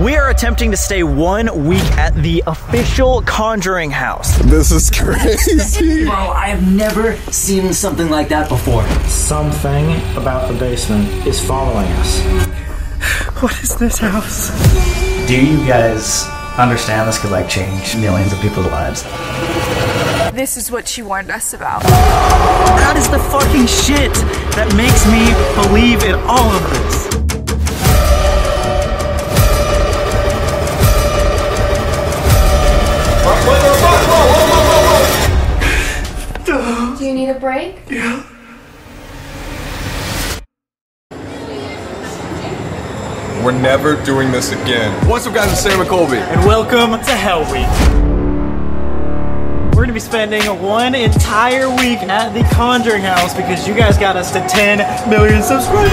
We are attempting to stay one week at the official Conjuring House. This is crazy. Bro, I have never seen something like that before. Something about the basement is following us. What is this house? Do you guys understand this could like change millions of people's lives? This is what she warned us about. That is the fucking shit that makes me believe in all of this. Do you need a break? We're never doing this again. What's up, guys? It's Sam McColby. And welcome to Hell Week. We're gonna be spending one entire week at the Conjuring House because you guys got us to 10 million subscribers.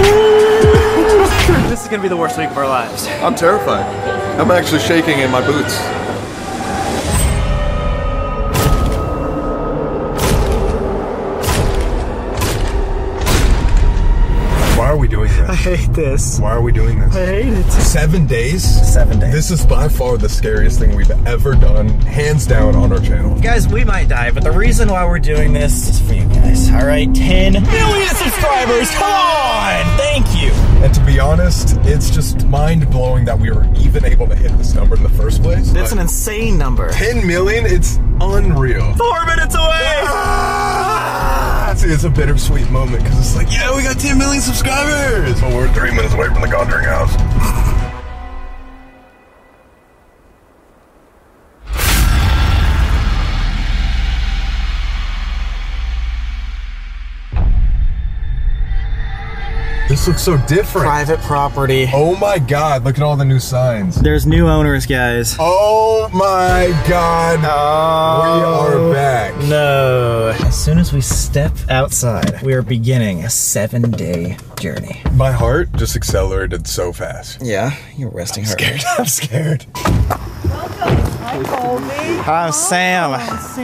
this is gonna be the worst week of our lives. I'm terrified. I'm actually shaking in my boots. Why are we doing this? I hate this. Why are we doing this? I hate it. Seven days? Seven days. This is by far the scariest thing we've ever done, hands down, on our channel. Guys, we might die, but the reason why we're doing this is for you guys. All right, 10 million subscribers. Come on, thank you. And to be honest, it's just mind blowing that we were even able to hit this number in the first place. That's an insane number. 10 million? It's unreal. Four minutes away. Ah! See, it's a bittersweet moment because it's like, yeah, we got 10 million subscribers! But we're three minutes away from the Conjuring House. This looks so different. Private property. Oh my god, look at all the new signs. There's new owners, guys. Oh my god, we are back. No. As soon as we step outside, we are beginning a seven day journey. My heart just accelerated so fast. Yeah, you're resting her. I'm scared. Hi, I'm Oh, Sam.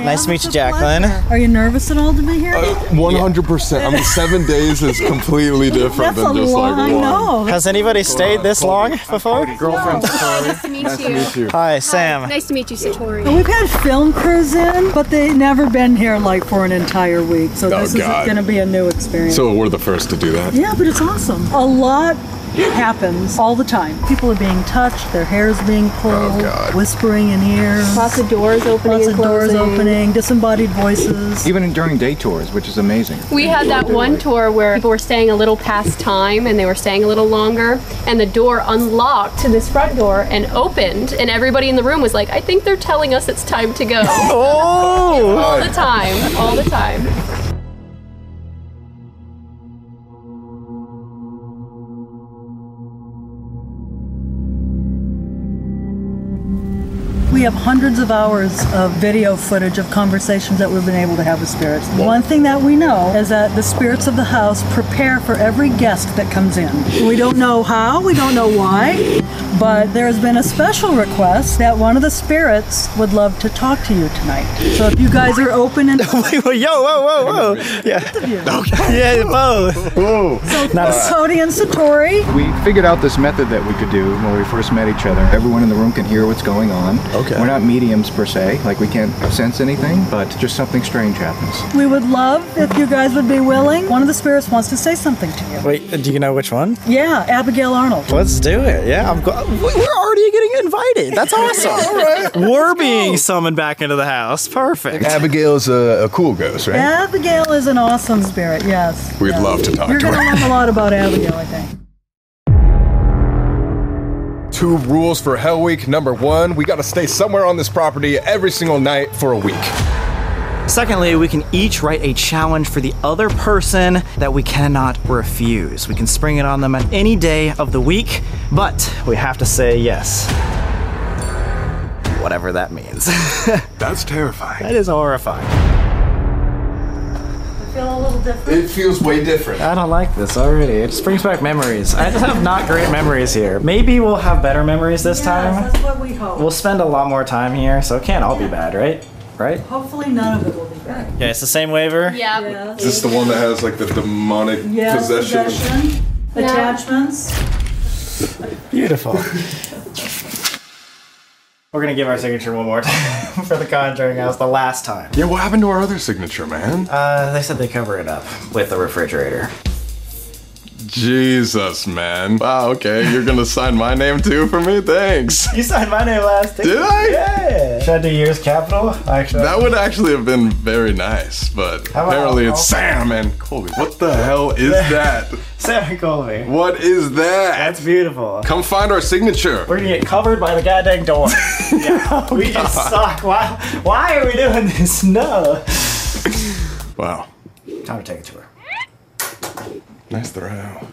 Nice to meet you, Jacqueline. Are you nervous at all to be here? Uh, 100%. I mean, seven days is completely different That's a than just lie. like I one. know. Has anybody stayed this long before? Girlfriend. nice to meet you. Hi, Sam. Nice to meet you, Satori. We've had film crews in, but they've never been here like for an entire week. So Oh, this God. is going to be a new experience. So we're the first to do that. yeah, but it's awesome. A lot happens all the time. People are being touched, their hair's being pulled, Oh, God. whispering in ears, Lots of doors opening lots and of doors closing. opening, disembodied voices. Even during day tours, which is amazing. We had that one tour where people were staying a little past time and they were staying a little longer, and the door unlocked to this front door and opened, and everybody in the room was like, I think they're telling us it's time to go. Oh! all the time, all the time. We have hundreds of hours of video footage of conversations that we've been able to have with spirits. One thing that we know is that the spirits of the house prepare for every guest that comes in. We don't know how, we don't know why, but there's been a special request that one of the spirits would love to talk to you tonight. So if you guys are open and Yo, whoa, whoa, whoa. Yeah. Yeah, both. Cody and Satori, We figured out this method that we could do when we first met each other. Everyone in the room can hear what's going on. Okay. We're not mediums per se, like we can't sense anything, but just something strange happens. we would love if you guys would be willing. One of the spirits wants to say something to you. Wait, do you know which one? Yeah, Abigail Arnold. Let's do it. Yeah, I'm go- we- we're already getting invited. That's awesome. We're being summoned back into the house. Perfect. Abigail's a, a cool ghost, right? Abigail is an awesome spirit, yes. We'd yes. love to talk You're to going to her. learn a lot about Abigail, I think. Two rules for Hell Week. Number one, we gotta stay somewhere on this property every single night for a week. Secondly, we can each write a challenge for the other person that we cannot refuse. We can spring it on them at any day of the week, but we have to say yes. Whatever that means. That's terrifying. that is horrifying. It feels way different. I don't like this already. It just brings back memories. I just have not great memories here. Maybe we'll have better memories this time. that's what we hope. We'll spend a lot more time here, so it can't all be bad, right? Right? Hopefully none of it will be bad. Yeah, it's the same waiver. Yeah. Is this the one that has like the demonic Yes, possession, No. attachments. Beautiful. We're gonna give our signature one more time for the Conjuring House, the last time. Yeah, what happened to our other signature, man? Uh, they said they cover it up with the refrigerator. Jesus, man. Wow, okay. You're gonna sign my name too for me? Thanks. You signed my name last. Did I? Yeah. Should I do yours capital? Actually, That would actually have been very nice, but How about- apparently it's I'll- Sam and Colby. What the hell is that? Sarah Colby. What is that? That's beautiful. Come find our signature. We're gonna get covered by the goddamn door. Yeah, we just suck. Why? Why are we doing this? No. Wow. Time to take a tour. Nice throw.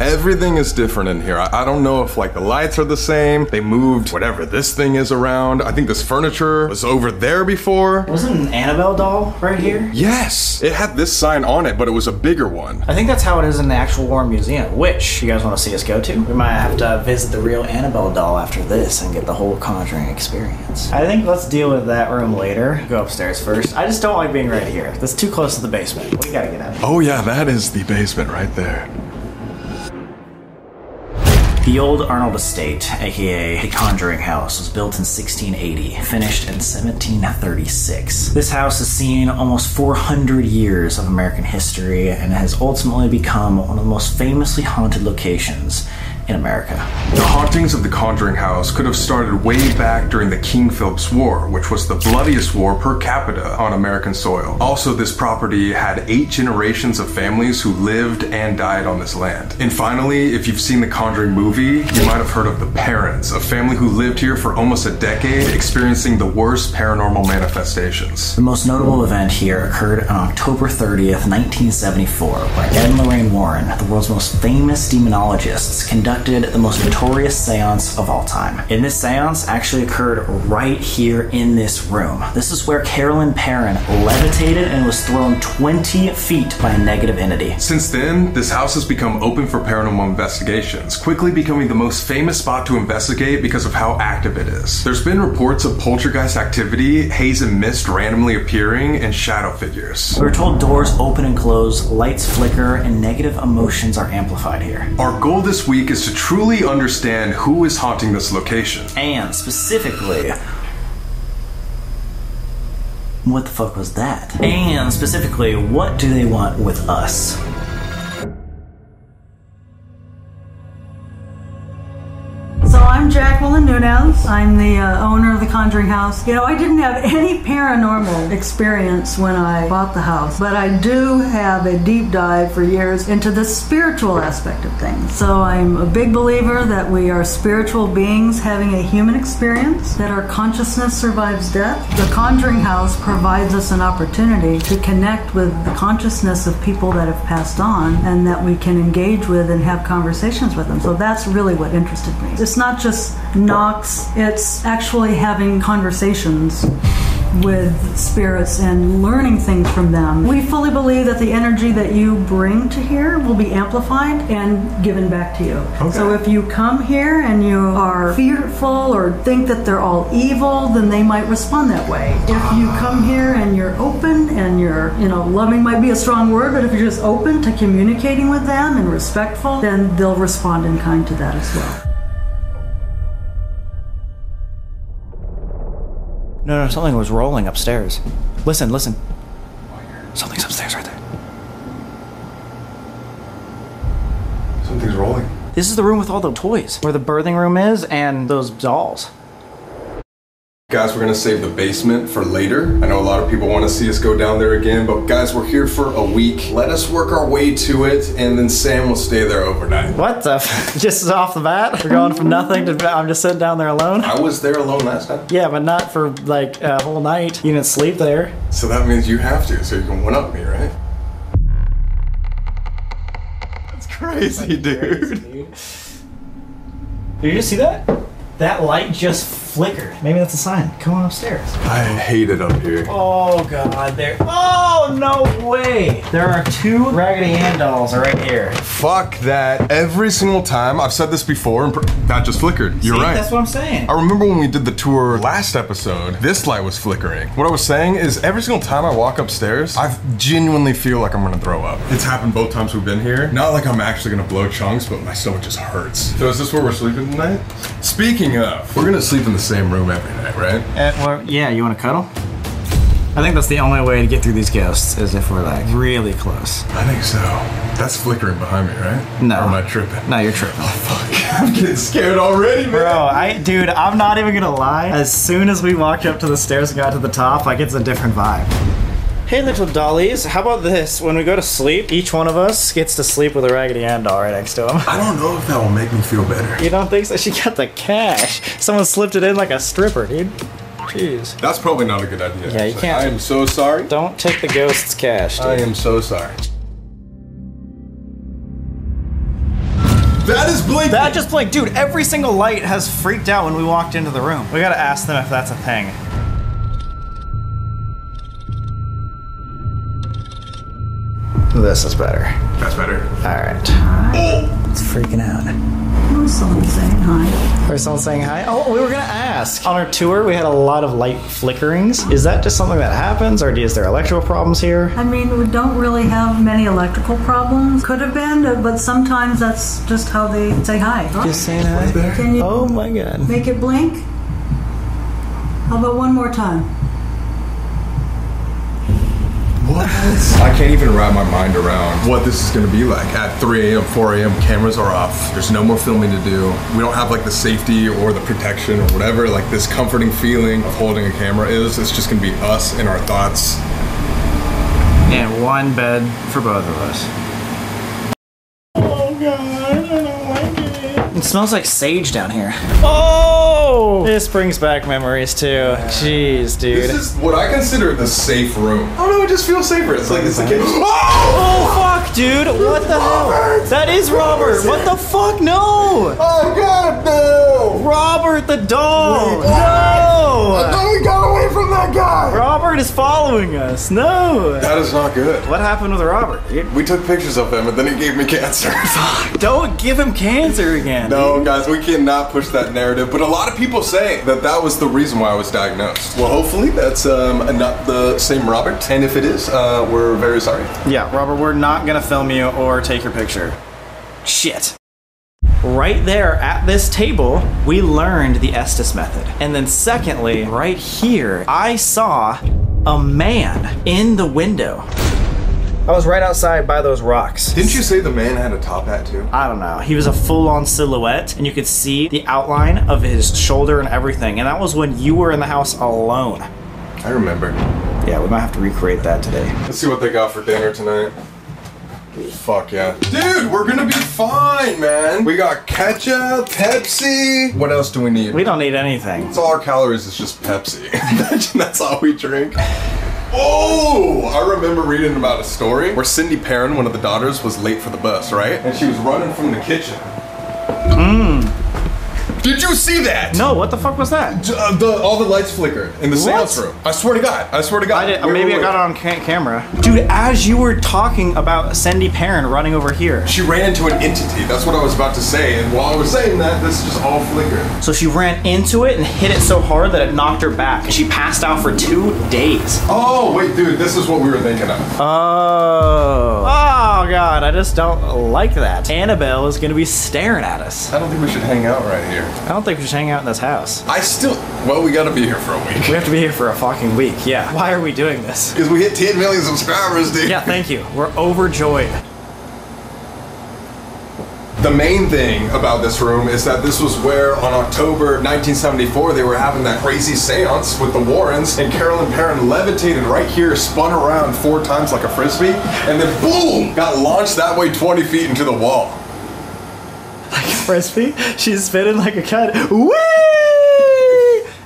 Everything is different in here. I, I don't know if like the lights are the same. They moved whatever this thing is around. I think this furniture was over there before. Wasn't an Annabelle doll right here? Yes, it had this sign on it, but it was a bigger one. I think that's how it is in the actual War Museum, which you guys want to see us go to. We might have to visit the real Annabelle doll after this and get the whole Conjuring experience. I think let's deal with that room later. Go upstairs first. I just don't like being right here. That's too close to the basement. We gotta get out. of Oh yeah, that is the basement right there. here. The old Arnold Estate, aka the Conjuring House, was built in 1680, finished in 1736. This house has seen almost 400 years of American history and has ultimately become one of the most famously haunted locations in America. The hauntings of the Conjuring House could have started way back during the King Philip's War, which was the bloodiest war per capita on American soil. Also, this property had eight generations of families who lived and died on this land. And finally, if you've seen the Conjuring movie, you might have heard of the Parents, a family who lived here for almost a decade, experiencing the worst paranormal manifestations. The most notable event here occurred on October 30th, 1974, where Ed and Lorraine Warren, the world's most famous demonologists, conducted the most notorious seance of all time. And this seance actually occurred right here in this room. This is where Carolyn Perrin levitated and was thrown 20 feet by a negative entity. Since then, this house has become open for paranormal investigations, quickly becoming the most famous spot to investigate because of how active it is. There's been reports of poltergeist activity, haze and mist randomly appearing, and shadow figures. We are told doors open and close, lights flicker, and negative emotions are amplified here. Our goal this week is to truly understand who is haunting this location. And specifically, what the fuck was that? And specifically, what do they want with us? So I'm Jacqueline Nunez. I'm the uh, owner of the Conjuring House. You know, I didn't have any paranormal experience when I bought the house, but I do have a deep dive for years into the spiritual aspect of things. So I'm a big believer that we are spiritual beings having a human experience, that our consciousness survives death. The Conjuring House provides us an opportunity to connect with the consciousness of people that have passed on and that we can engage with and have conversations with them. So that's really what interested me. It's not just knocks, it's actually having conversations with spirits and learning things from them. We fully believe that the energy that you bring to here will be amplified and given back to you. So if you come here and you are fearful or think that they're all evil, then they might respond that way. If you come here and you're open and you're, you know, loving might be a strong word, but if you're just open to communicating with them and respectful, then they'll respond in kind to that as well. No, no, something was rolling upstairs. Listen, listen. Something's upstairs right there. Something's rolling. This is the room with all the toys, where the birthing room is and those dolls. Guys, we're gonna save the basement for later. I know a lot of people want to see us go down there again, but guys, we're here for a week. Let us work our way to it, and then Sam will stay there overnight. What the? F- just off the bat? We're going from nothing to I'm just sitting down there alone? I was there alone last time, Yeah, but not for like a whole night. You didn't sleep there. so that means you have to, so you can one up me, right? That's crazy, dude. Did you just see that? That light just flickered. Maybe that's a sign. Come on upstairs. I hate it up here. Oh god, there. Oh no way! There are two Raggedy Ann dolls right here. Fuck that. Every single time, I've said this before, and pr- that just flickered. You're See, right. That's what I'm saying. I remember when we did the tour last episode, this light was flickering. What I was saying is every single time I walk upstairs, I genuinely feel like I'm gonna throw up. It's happened both times we've been here. Not like I'm actually gonna blow chunks, but my stomach just hurts. So is this where we're sleeping tonight? Speaking of, we're gonna sleep in the same room every night, right? Uh, well, yeah, you want to cuddle? I think that's the only way to get through these ghosts is if we're like really close. I think so. That's flickering behind me, right? No. Or am I tripping? Oh, No, you're tripping. I'm getting scared already, man. Bro, I dude, I'm not even gonna lie. As soon as we walked up to the stairs and got to the top, like it's a different vibe. Hey little dollies, how about this? When we go to sleep, each one of us gets to sleep with a raggedy Ann doll right next to him. I don't know if that will make me feel better. You don't think so? She got the cash. Someone slipped it in like a stripper, dude. Jeez. That's probably not a good idea. Yeah, you actually. can't- I am so sorry. Don't take the ghost's cash, dude. I am so sorry. That is blinking. That just blinked. Dude, every single light has freaked out when we walked into the room. We gotta ask them if that's a thing. This is better. That's better. All right. It's freaking out. Someone saying hi. Or someone saying hi. Oh, we were gonna ask. On our tour, we had a lot of light flickerings. Is that just something that happens, or is there electrical problems here? I mean, we don't really have many electrical problems. Could have been, but sometimes that's just how they say hi. Just saying hi. Can you Oh my god. make it blink? How about one more time? What? I can't even wrap my mind around what this is going to be like. At 3 a.m., 4 a.m., cameras are off. There's no more filming to do. We don't have like the safety or the protection or whatever. Like this comforting feeling of holding a camera is. It's just going to be us and our thoughts. And one bed for both of us. It smells like sage down here. Oh! This brings back memories too. Jeez, This dude. is what I consider the safe room. I don't know. It just feels safer. It's like it's like. Oh! Oh fuck, dude! What the hell? Robert! That is Robert. What the fuck? No, Oh God, no! Robert the doll. No, Oh, we got away from that guy. Robert is following us. No. That is not good. What happened with Robert? dude? We took pictures of him, and then he gave me cancer. Don't give him cancer again. No, guys, we cannot push that narrative. But a lot of people say that that was the reason why I was diagnosed. Well, hopefully that's um, not the same Robert. And if it is, uh, we're very sorry. Yeah, Robert, we're not gonna film you or take your picture. Shit. Right there at this table, we learned the Estes method. And then, secondly, right here, I saw a man in the window. I was right outside by those rocks. Didn't you say the man had a top hat too? I don't know. He was a full on silhouette, and you could see the outline of his shoulder and everything. And that was when you were in the house alone. I remember. Yeah, we might have to recreate that today. Let's see what they got for dinner tonight. Fuck yeah. Dude, we're gonna be fine, man. We got ketchup, Pepsi. What else do we need? We don't need anything. It's all our calories is just Pepsi. Imagine that's all we drink. Oh, I remember reading about a story where Cindy Perrin, one of the daughters, was late for the bus, right? And she was running from the kitchen. Mmm. Did you see that? Hmm. No, what the fuck was that? D- uh, the, all the lights flickered in the What? seance room. I swear to God. I swear to God. I did, Wait, maybe wait, I wait. got it on ca- camera. Dude, as you were talking about Cindy Perrin running over here, She ran into an entity. That's what I was about to say. And while I was saying that, this just all flickered. so she ran into it and hit it so hard that it knocked her back, and she passed out for two days. Oh, wait, dude. This is what we were thinking of. Oh. Oh, God, I just don't like that. Annabelle is gonna be staring at us. I don't think we should hang out right here. I don't think we should hang out in this house. I still. Well, we gotta be here for a week. We have to be here for a fucking week, yeah. Why are we doing this? Because we hit 10 million subscribers, dude. Yeah, thank you. We're overjoyed. The main thing about this room is that this was where, on October 1974, they were having that crazy seance with the Warrens, and Carolyn Perrin levitated right here, spun around four times like a frisbee, and then boom! Got launched that way 20 feet into the wall. Frisbee, she's spinning like a cat. Whee!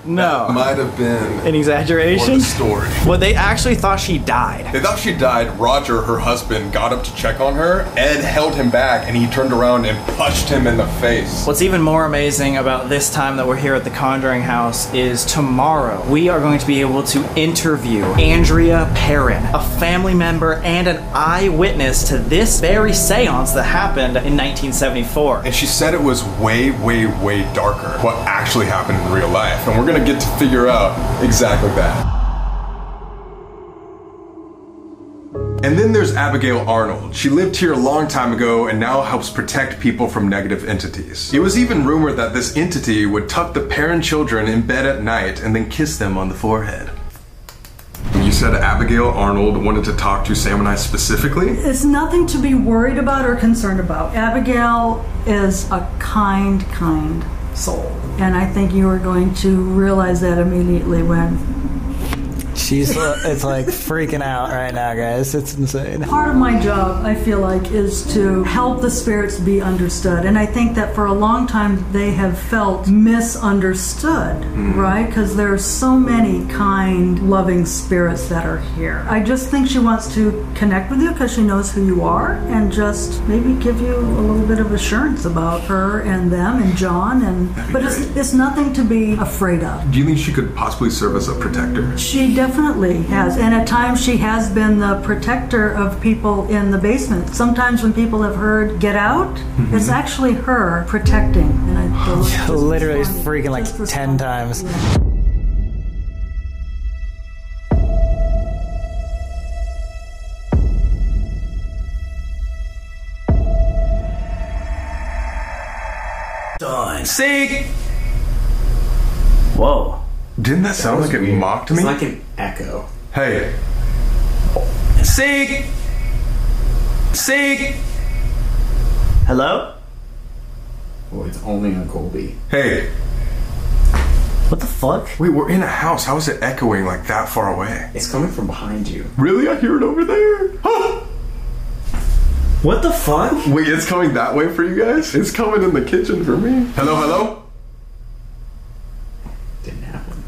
No. Might have been An more exaggeration? the story. Well, they actually thought she died. They thought she died. Roger, her husband, got up to check on her. Ed held him back, and he turned around and punched him in the face. What's even more amazing about this time that we're here at the Conjuring House is tomorrow we are going to be able to interview Andrea Perrin, a family member and an eyewitness to this very seance that happened in 1974. And she said it was way, way, way darker what actually happened in real life. And we're gonna get to figure out exactly that. And then there's Abigail Arnold. She lived here a long time ago and now helps protect people from negative entities. It was even rumored that this entity would tuck the parent children in bed at night and then kiss them on the forehead. You said Abigail Arnold wanted to talk to Sam and I specifically? It's nothing to be worried about or concerned about. Abigail is a kind, kind soul. And I think you are going to realize that immediately when She's uh, it's like freaking out right now, guys. It's insane. Part of my job, I feel like, is to help the spirits be understood. And I think that for a long time they have felt misunderstood, right? Because there are so many kind, loving spirits that are here. I just think she wants to connect with you because she knows who you are and just maybe give you a little bit of assurance about her and them and John. And But it's, it's nothing to be afraid of. Do you think she could possibly serve as a protector? She definitely has, and at times she has been the protector of people in the basement. Sometimes when people have heard "get out," it's actually her protecting. And I believe- Literally is freaking like ten times. Done. Seek! Whoa. Didn't that sound like it mocked me? It's like an echo. Hey. Seek! Seek! Hello? Oh, it's only on Colby. Hey. What the fuck? Wait, we're in a house. How is it echoing like that far away? It's coming from behind you. Really? I hear it over there. What the fuck? Wait, it's coming that way for you guys? It's coming in the kitchen for me. Hello, hello? Didn't happen.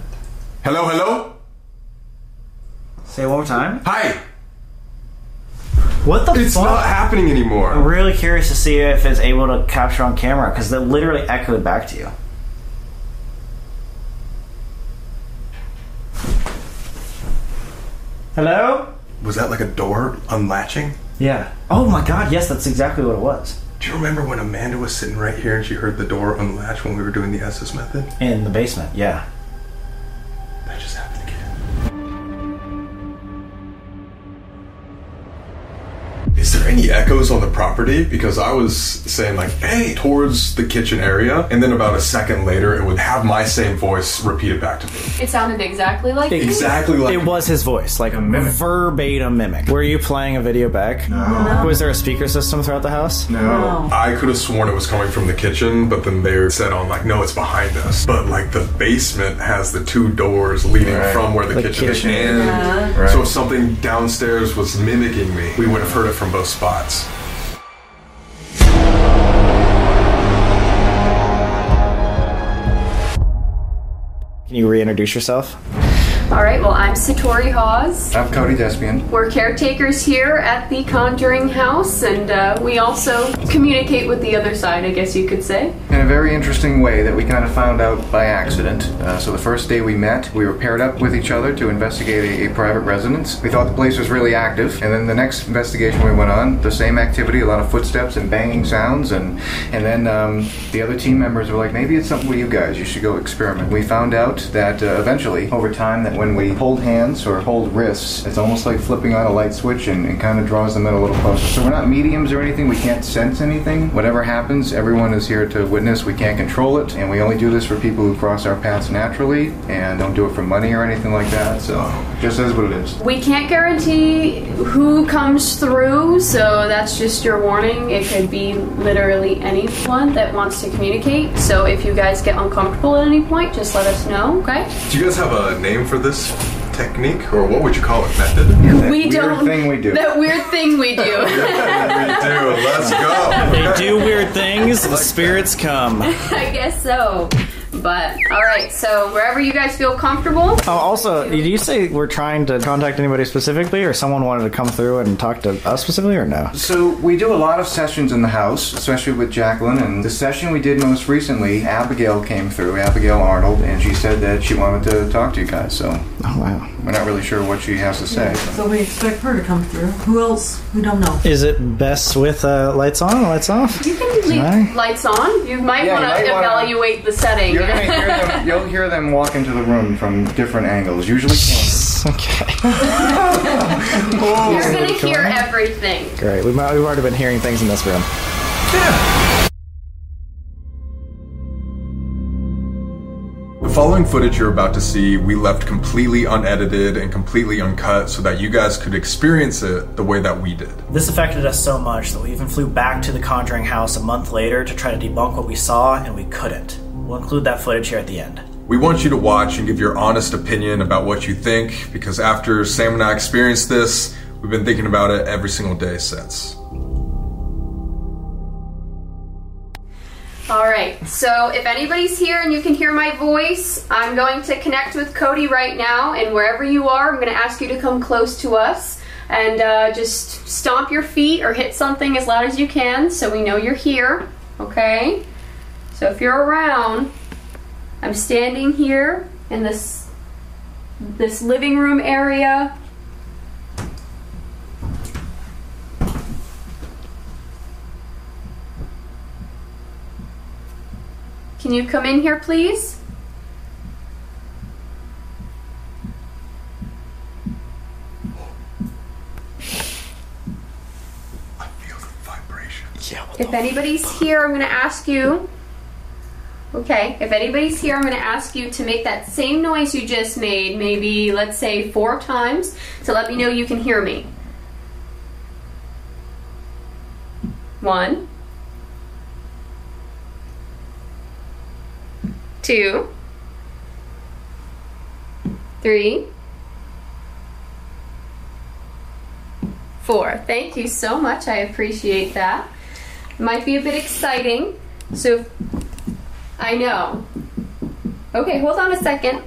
Hello, hello? Say it one more time. Hi! What Oh, the It's fuck? not happening anymore. I'm really curious to see if it's able to capture on camera because that literally echoed back to you. Hello? Was that like a door unlatching? Yeah. Oh my god, yes, that's exactly what it was. Do you remember when Amanda was sitting right here and she heard the door unlatch when we were doing the SS method? In the basement, yeah. That just happened again. Is there any echoes on the property? Because I was saying like, hey, towards the kitchen area, and then about a second later, it would have my same voice repeated back to me. It sounded exactly like me. Exactly like it was his voice, like a mimic. verbatim mimic. Were you playing a video back? No. Was there a speaker system throughout the house? No. I could have sworn it was coming from the kitchen, but then they said on like, no, it's behind us. But like the basement has the two doors leading Right. from where the, The kitchen, kitchen. is. And Yeah. Right. so if something downstairs was mimicking me, we would have heard it from both spots. Can you reintroduce yourself? All right, well, I'm Satori Hawes. I'm Cody Despian. We're caretakers here at the Conjuring House, and uh, we also communicate with the other side, I guess you could say. In a very interesting way that we kind of found out by accident. Uh, so the first day we met, we were paired up with each other to investigate a, a private residence. We thought the place was really active, and then the next investigation we went on, the same activity, a lot of footsteps and banging sounds, and and then um, the other team members were like, maybe it's something with you guys. You should go experiment. We found out that uh, eventually, over time, that when we hold hands or hold wrists, it's almost like flipping on a light switch and, and kind of draws them in a little closer. So we're not mediums or anything. We can't sense anything. Whatever happens, everyone is here to witness. We can't control it, and we only do this for people who cross our paths naturally and don't do it for money or anything like that. So just is what it is. We can't guarantee who comes through, so that's just your warning. It could be literally anyone that wants to communicate. So if you guys get uncomfortable at any point, just let us know, okay? Do you guys have a name for this technique, or what would you call it? Method? we weird thing we do. That weird thing we do. Dude, let's go. They do weird things, and spirits come. I guess so. But all right, so wherever you guys feel comfortable, Um, Oh, also, did you say we're trying to contact anybody specifically, or someone wanted to come through and talk to us specifically, or no? So we do a lot of sessions in the house, especially with Jacqueline. And the session we did most recently, Abigail came through, Abigail Arnold, and she said that she wanted to talk to you guys. So Oh wow. we're not really sure what she has to say. so we expect her to come through. Who else? We don't know. Is it best with uh, lights on, lights off? you can leave Right. lights on. You might Yeah, want you to might wanna- evaluate the setting You're You're gonna hear them. You'll hear them walk into the room from different angles. Usually, okay. You're gonna hear everything. Great. We've, we've already been hearing things in this room. The following footage you're about to see, we left completely unedited and completely uncut so that you guys could experience it the way that we did. This affected us so much that we even flew back to the Conjuring House a month later to try to debunk what we saw, and we couldn't. We'll include that footage here at the end. We want you to watch and give your honest opinion about what you think because after Sam and I experienced this, we've been thinking about it every single day since. All right. So if anybody's here and you can hear my voice, I'm going to connect with Cody right now, and wherever you are, I'm going to ask you to come close to us and uh, just stomp your feet or hit something as loud as you can, so we know you're here. Okay. So if you're around, I'm standing here in this this living room area. Can you come in here, please? If anybody's here, I'm going to ask you. Okay, if anybody's here, I'm going to ask you to make that same noise you just made, maybe let's say four times, to let me know you can hear me. One, two, three, four. Thank you so much. I appreciate that. Might be a bit exciting. So, if- I know. Okay, hold on a second.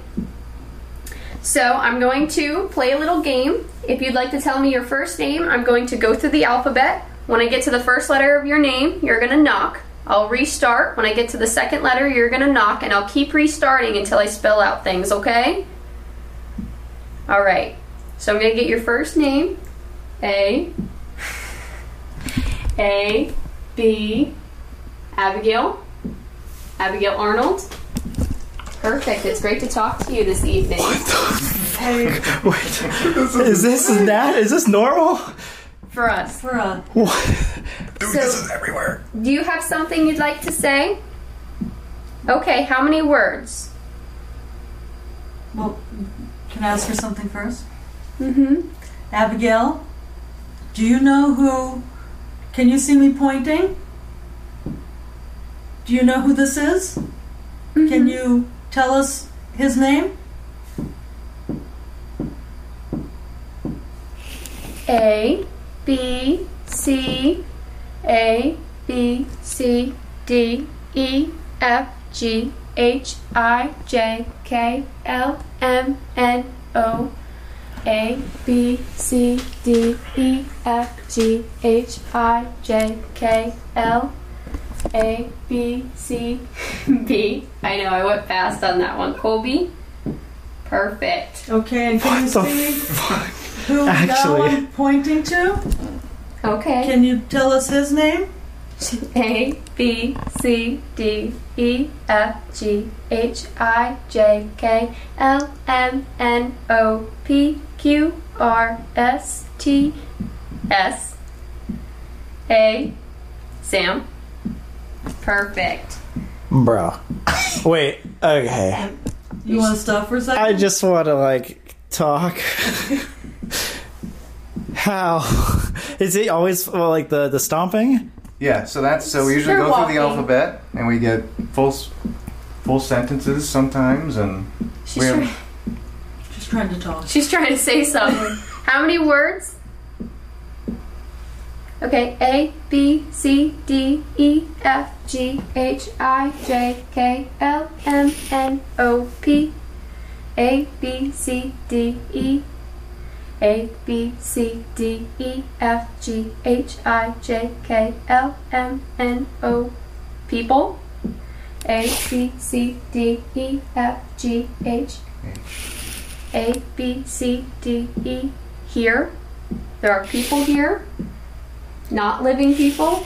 So, I'm going to play a little game. If you'd like to tell me your first name, I'm going to go through the alphabet. When I get to the first letter of your name, you're going to knock. I'll restart. When I get to the second letter, you're going to knock, and I'll keep restarting until I spell out things, okay? All right. So, I'm going to get your first name A, A, B, Abigail. Abigail Arnold. Perfect. It's great to talk to you this evening. Is this that? Is this normal? For us. For uh, us. What? Dude, this is everywhere. Do you have something you'd like to say? Okay, how many words? Well, can I ask her something first? Mm-hmm. Abigail, do you know who? Can you see me pointing? Do you know who this is? Can you tell us his name? A, B, C, A, B, C, D, E, F, G, H, I, J, K, L, M, N, O, A, B, C, D, E, F, G, H, I, J, K, L, A, B, C, B. I know, I went fast on that one. Colby? Perfect. Okay, and can you see who now Actually. I'm pointing to? Okay. Can you tell us his name? A B C D E F G H I J K L M N O P Q R S T S A Sam. Perfect. Bro. Wait, okay. You want to stop for a second? I just want to, like, talk. How? Is it always, well, like, the, the stomping? yeah. So that's so we usually You're go through the walking. alphabet and we get full s- full sentences sometimes, and we have She's trying to talk. She's trying to say something. How many words? Okay, A, B, C, D, E, F, G, H, I, J, K, L, M, N, O, P. A, B, C, D, E. A, B, C, D, E, F, G, H, I, J, K, L, M, N, O. People? A, B, C, D, E, F, G, H, a, B, C, D, E. Here. There are people here. Not living people.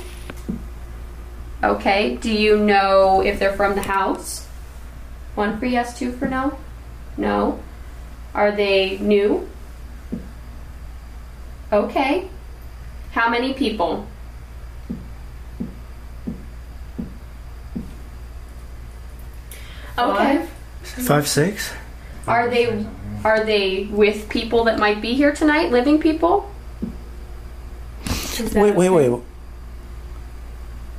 Okay. Do you know if they're from the house? One for yes, two for no? No. Are they new? Okay. How many people? Okay. Five, six? Are they are they with people that might be here tonight? Living people? Wait, wait, wait.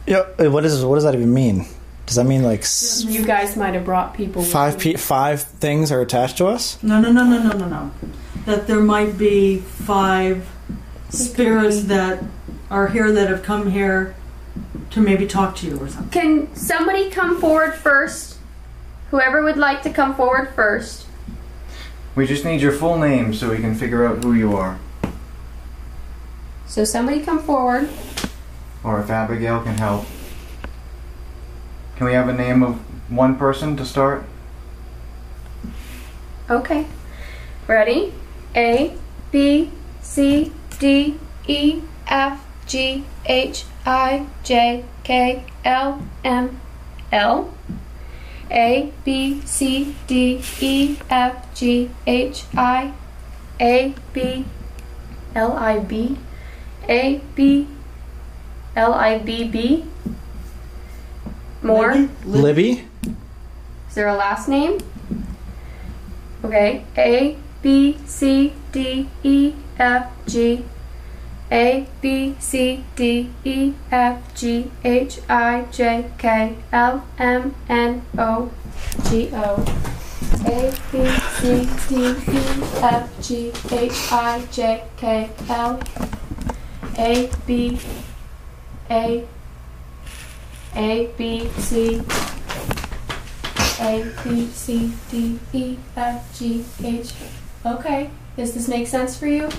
Yeah, wait, what is what does that even mean? Does that mean like s- You guys might have brought people. with five pe- five things are attached to us? No, no, no, no, no, no, no. That there might be five spirits that are here that have come here to maybe talk to you or something. Can somebody come forward first? Whoever would like to come forward first. We just need your full name so we can figure out who you are. So somebody come forward. Or if Abigail can help. Can we have a name of one person to start? Okay. Ready? A, B, C, D, E, F, G, H, I, J, K, L, M, L. A, B, C, D, E, F, G, H, I, A, B, L, I, B, A, B, L, I, B, B. More? Libby? Is there a last name? Okay. A B C D E F G. A B C D E F G H I J K L M N O G O. A B C D E F G H I J K L A B A A B C a, B, C, D, E, F, G, H. Okay. Does this make sense for you?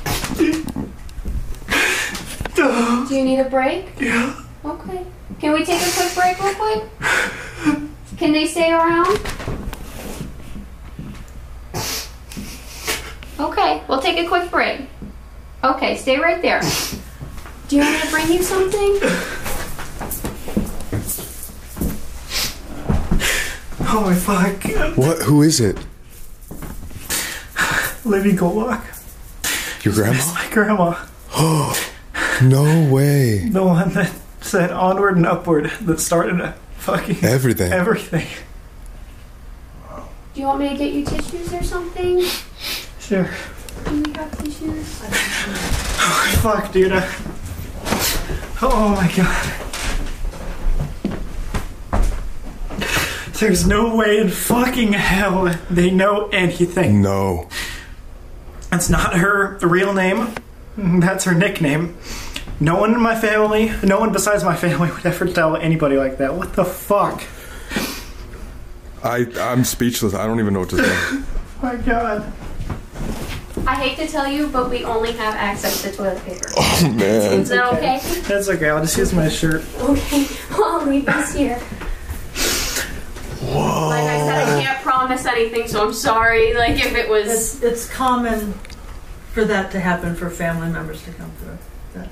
Do you need a break? Yeah. Okay. Can we take a quick break, real quick? Can they stay around? Okay, we'll take a quick break. Okay, stay right there. Do you want me to bring you something? Oh my fuck. What? Who is it? Libby Golok. Your It's grandma? my grandma. Oh, no way. The one that said onward and upward that started fucking Everything. Everything. Do you want me to get you tissues or something? Sure. Do we have tissues? Oh, fuck, dude. I- Oh my god. There's no way in fucking hell they know anything. No. That's not her real name. That's her nickname. No one in my family, no one besides my family would ever tell anybody like that. What the fuck? I, I'm speechless. I don't even know what to say. Oh my god. I hate to tell you, but we only have access to toilet paper. Oh man. Is that okay? That's okay. I'll just use my shirt. Okay, well, I'll leave this here. Whoa. Like I said, I can't promise anything, so I'm sorry. Like if it was, It's, it's common for that to happen for family members to come through. That-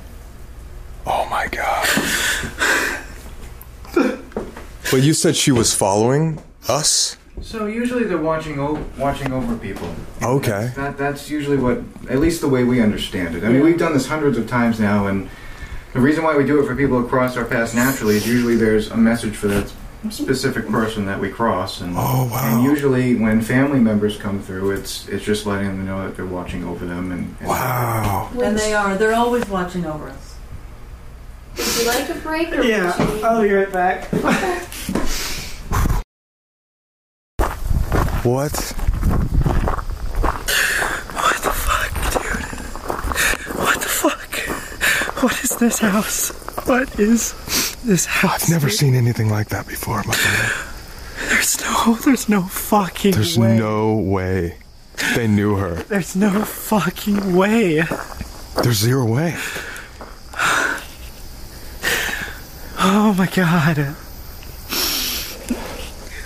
Oh my god. But you said she was following us? So usually they're watching o- watching over people. Okay. That that's usually what, at least the way we understand it. I mean, we've done this hundreds of times now, and the reason why we do it for people who cross our paths naturally is usually there's a message for that specific person that we cross, and Oh, and usually when family members come through, it's it's just letting them know that they're watching over them. And, and wow. And they are. They're always watching over us. would you like a break? Or Yeah, uh, I'll be right back. What? What the fuck? What is this house? What is this house? I've never seen anything like that before, my friend. There's no, there's no fucking There's way. no way. They knew her. There's no fucking way. There's zero way. Oh my god.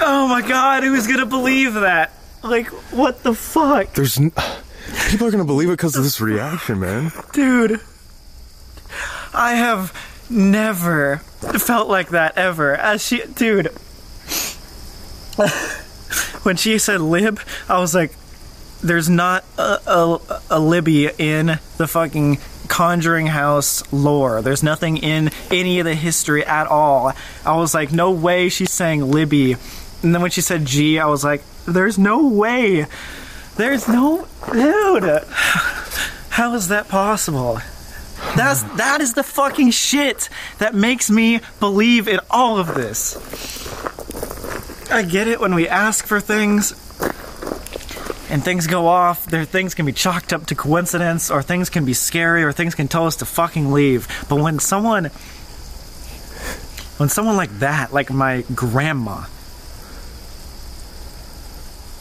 Oh my god, who's gonna believe that? Like, what the fuck? There's. N- People are gonna believe it because of this reaction, man. Dude. I have never felt like that ever. As she. Dude. when she said lib, I was like, there's not a, a, a Libby in the fucking Conjuring House lore. There's nothing in any of the history at all. I was like, no way she's saying Libby. And then when she said G, I was like, there's no way. There's no. Dude! How is that possible? That's that is the fucking shit that makes me believe in all of this. I get it when we ask for things and things go off, there things can be chalked up to coincidence or things can be scary or things can tell us to fucking leave. But when someone when someone like that, like my grandma,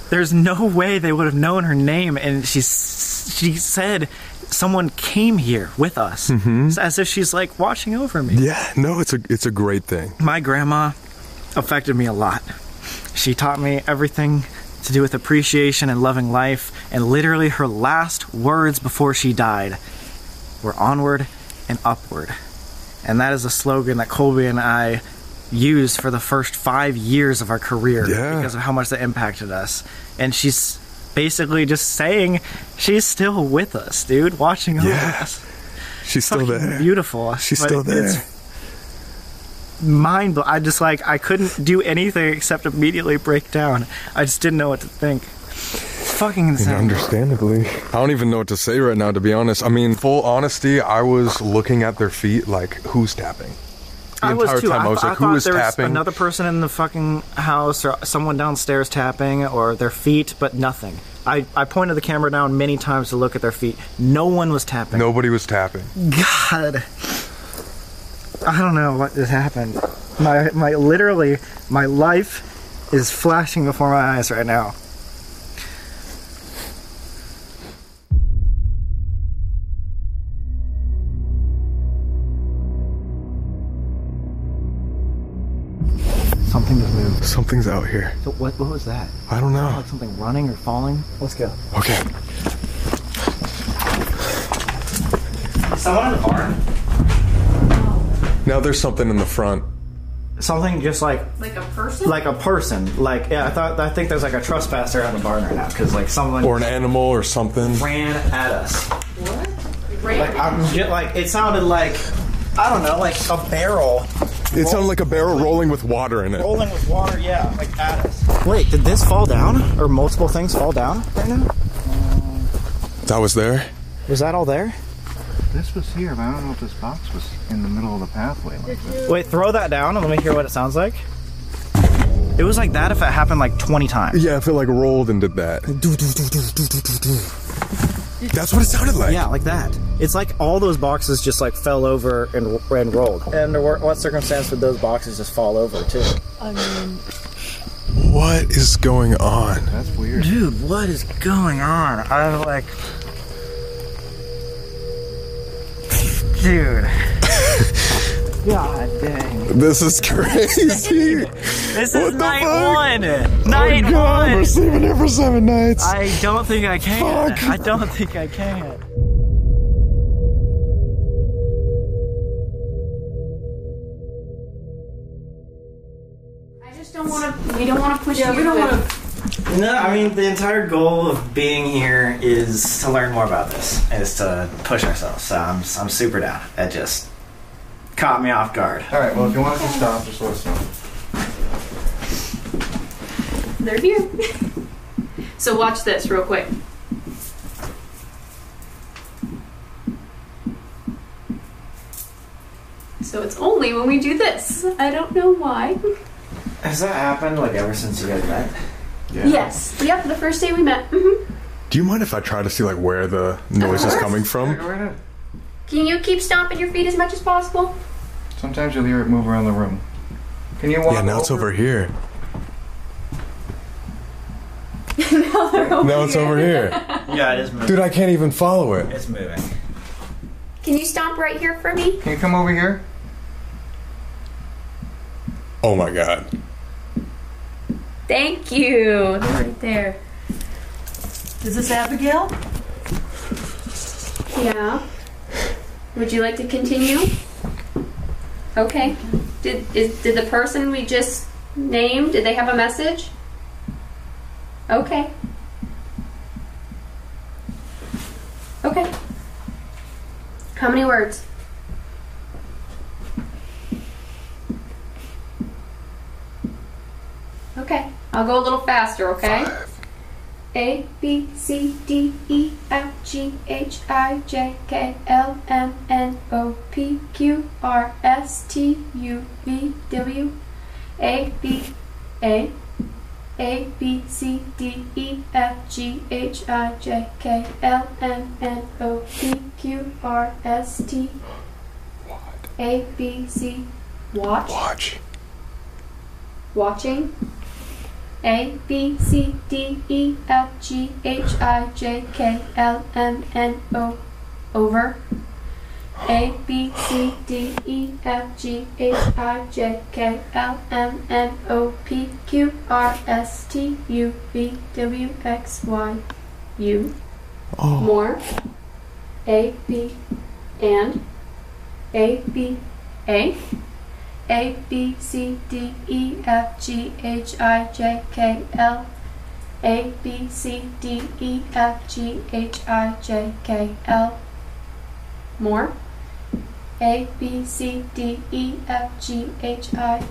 there's no way they would have known her name and she s- she said someone came here with us Mhm. It's as if she's like watching over me Yeah, no, it's a it's a great thing. my grandma affected me a lot. She taught me everything to do with appreciation and loving life, and literally her last words before she died were onward and upward. And that is a slogan that Colby and I used for the first five years of our career because of how much that impacted us. And she's basically just saying she's still with us, dude, watching over us. She's still there. Beautiful. She's But still it's there. mind blow. I just like I couldn't do anything except immediately break down. I just didn't know what to think. Fucking And insane. understandably. I don't even know what to say right now, to be honest. I mean, full honesty, I was looking at their feet like, who's tapping? The I entire was too. time I, I, was th- I like, thought who is there tapping? was another person in the fucking house or someone downstairs tapping or their feet, but nothing. I, I pointed the camera down many times to look at their feet. No one was tapping. Nobody was tapping. God. I don't know what just happened. My my literally my life is flashing before my eyes right now. Something just moved. Something's out here. So what what was that? I don't know. Like something running or falling? Let's go. Okay. Someone in the barn. Now there's something in the front. Something just like Like a person? like a person. Like yeah, I thought I think there's like a trespasser at the barn right now because like someone Or an animal or something. ran at us. Right. Like I'm get like it sounded like I don't know like a barrel It sounded like a barrel rolling with water in it. rolling with water. Yeah, like at us. Wait, did this fall down or multiple things fall down right now? That was there? Was that all there? This was here, but I don't know if this box was in the middle of the pathway. Like this. Wait, throw that down and let me hear what it sounds like. It was like that if it happened like 20 times. Yeah, if it like rolled and did that. That's what it sounded like. Yeah, like that. It's like all those boxes just like fell over and, and rolled. And under what- what circumstance would those boxes just fall over too? I mean, What is going on? That's weird. Dude, what is going on? I'm like. Dude. God dang. This is crazy. This What is the night fuck? one. Night oh my God, one. We're sleeping here for seven nights. I don't think I can. Fuck. I don't think I can. I just don't want to. We don't want to push Yeah, you. we don't but- wanna- No, I mean, the entire goal of being here is to learn more about this, is to push ourselves. So I'm, I'm super down. That just caught me off guard. All right. Well, if you want us to stop, just let us know. They're here. so watch this real quick. So it's only when we do this. I don't know why. Has that happened like ever since you guys met? Yes. Yep. The first day we met. hmm Do you mind if I try to see like where the noise is coming from? Can you keep stomping your feet as much as possible? Sometimes you'll hear it move around the room. Can you walk? Yeah, now it's over here. now they're over Now it's here. over here. Yeah, it is moving. Dude, I can't even follow it. It's moving. Can you stomp right here for me? Can you come over here? Oh my god. Thank you. They're right there. is this Abigail? Yeah. Would you like to continue? Okay. Did is, did the person we just named? Did they have a message? Okay. Okay. How many words? Okay. I'll go a little faster, okay? A, B, C, D, E, F, G, H, I, J, K, L, M, N, O, P, Q, R, S, T, U, V, W, A, B, A, A, B, C, D, E, F, G, H, I, J, K, L, M, N, O, P, Q, R, S, T, A, B, C, watch. Watch. Watching. A B C D E F G H I J K L M N O over. A B C D E F G H I J K L M N O P Q R S T U V W X Y U. More. A B and A B A. A B C D E F G H I J K L A B C D E F G H I J K L More A B C D E F G H I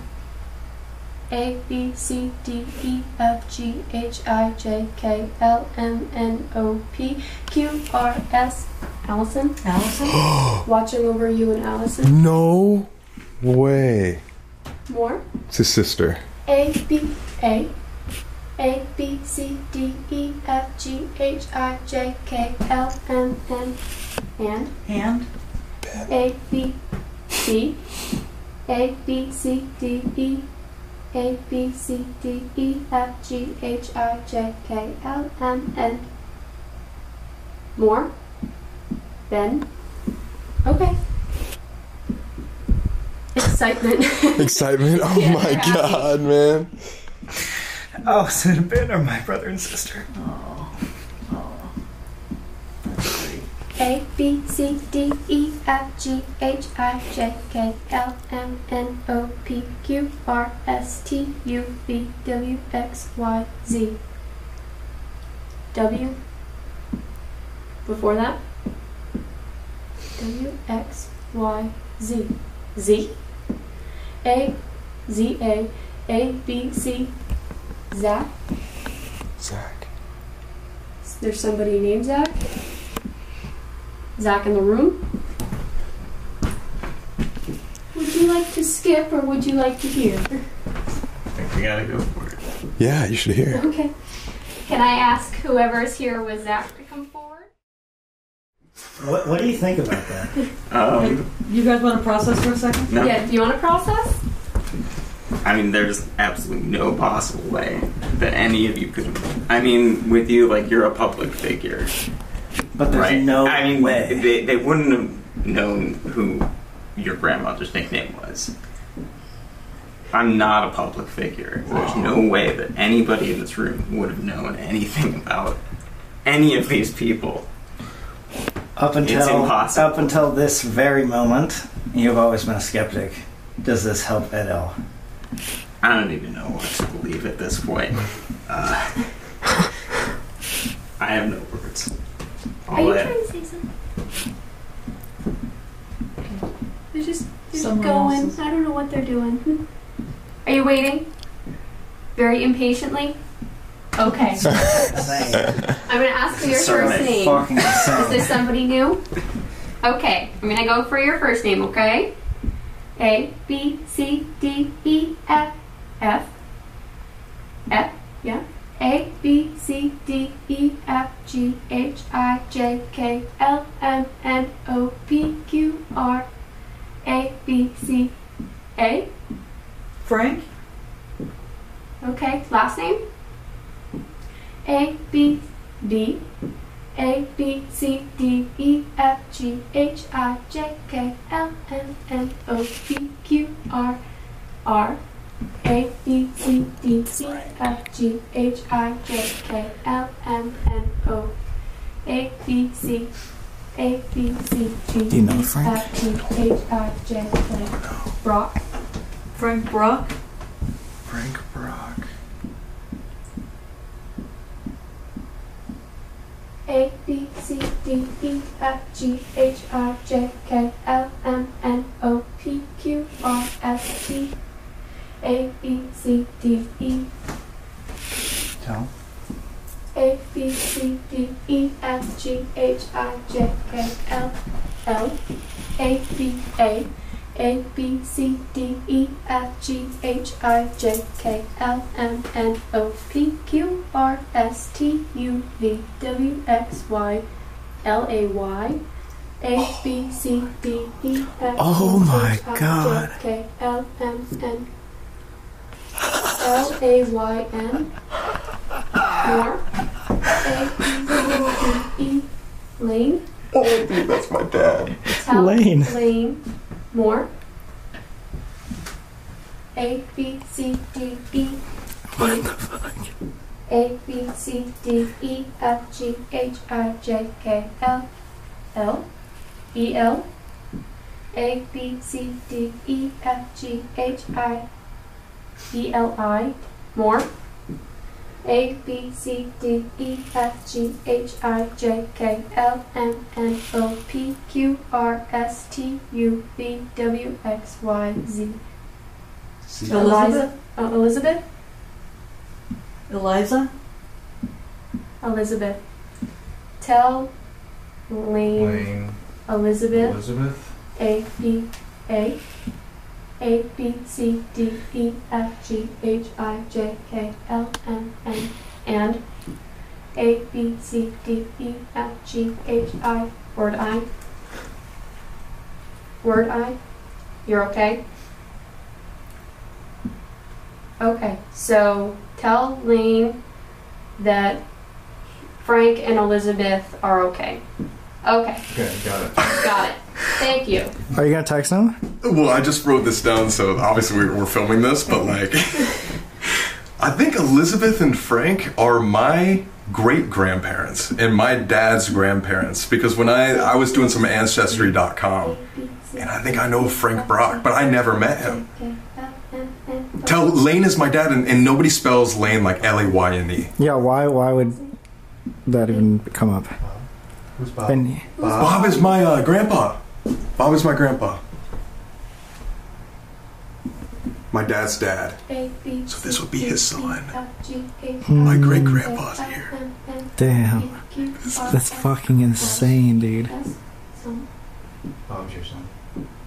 A B C D E F G H I J K L M N O P Q R S Allison Allison watching over you and Allison No way. More It's his sister. A B A A B C D E F G H I J K L M N and and A B B A B C D E A B C D E F G H I J K L M N more then okay excitement Excitement. Oh Yeah, my they're happy. god, man. Allison and Ben are my brother and sister. A B C D E F G H I J K L M N O P Q R S T U V W X Y Z. W. Before that. W X Y Z. Z. A Z A A B C. Zach. Zach. There's somebody named Zach. Zach in the room. Would you like to skip or would you like to hear? I think we gotta go for it. Yeah, you should hear. Okay. Can I ask whoever's here with Zach to come forward? What, what do you think about that? Um, You guys want to process for a second? No. Yeah, do you want to process? I mean, there's absolutely no possible way that any of you could. I mean, with you, like, you're a public figure. But there's right? no I mean, way. They, they wouldn't have known who your grandmother's nickname was. I'm not a public figure. There's no way that anybody in this room would have known anything about any of these people. Up until It's impossible. up until this very moment, you've always been a skeptic. Does this help at all? I don't even know what to believe at this point. Uh, I have no words. Are All you I- trying to say something? They're just, they're just Someone going. else's- I don't know what they're doing. Are you waiting? Very impatiently? Okay. I'm going to ask for your Certainly first name. fucking insane. Is this somebody new? Okay, I'm gonna go for your first name, okay? A, B, C, D, E, F, F, F, yeah. A, B, C, D, E, F, G, H, I, J, K, L, M, N, O, P, Q, R, A, B, C, A. Frank? Okay, last name? A, B, B, A B C D E F G H I J K L M N O P Q R R A B C D E F G H I J K L M N O A B C A B C D Do you know E Frank? F G H I J K Brock Frank Brock? Frank Brock A B C D E F G H I J K L M N O P Q R S T A B C D E Tell. A B C D E F G H I J K L L A B A A B C D E F G H I J K L M N O P Q R S T U V W X Y L A Y A B C D E F Oh my G H I J God. K L M N L A Y N Warp A B C D E Lane Oh, dude, that's my dad. Tell Lane. More. A B C D E. What the fuck? A B E, C D E F G H I J K L L E L A B C D E F G H I E L I more A B C D E F G H I J K L M N O P Q R S T U V W X Y Z Eliza? uh, Elizabeth Eliza? Elizabeth Tell Lane, Lane. Elizabeth Elizabeth. A B A A B C D E F G H I J K L M N and A B C D E F G H I word I word I you're okay okay so tell Lane that Frank and Elizabeth are okay okay Okay, got it. got it thank you Are you gonna text him? Well, I just wrote this down, so obviously we- we're filming this, but like, I think Elizabeth and Frank are my great grandparents and my dad's grandparents because when I I was doing some ancestry.com and I think I know Frank Brock, but I never met him. Tell Lane is my dad, and, and nobody spells Lane like L A Y N E. Yeah, why why would that even come up? Who's Bob? And- Bob? is my uh, grandpa. Bob is my grandpa. My dad's dad. A, B, So this would be his son. My great grandpa's here. Damn. That's fucking insane, dude. Bob's your son.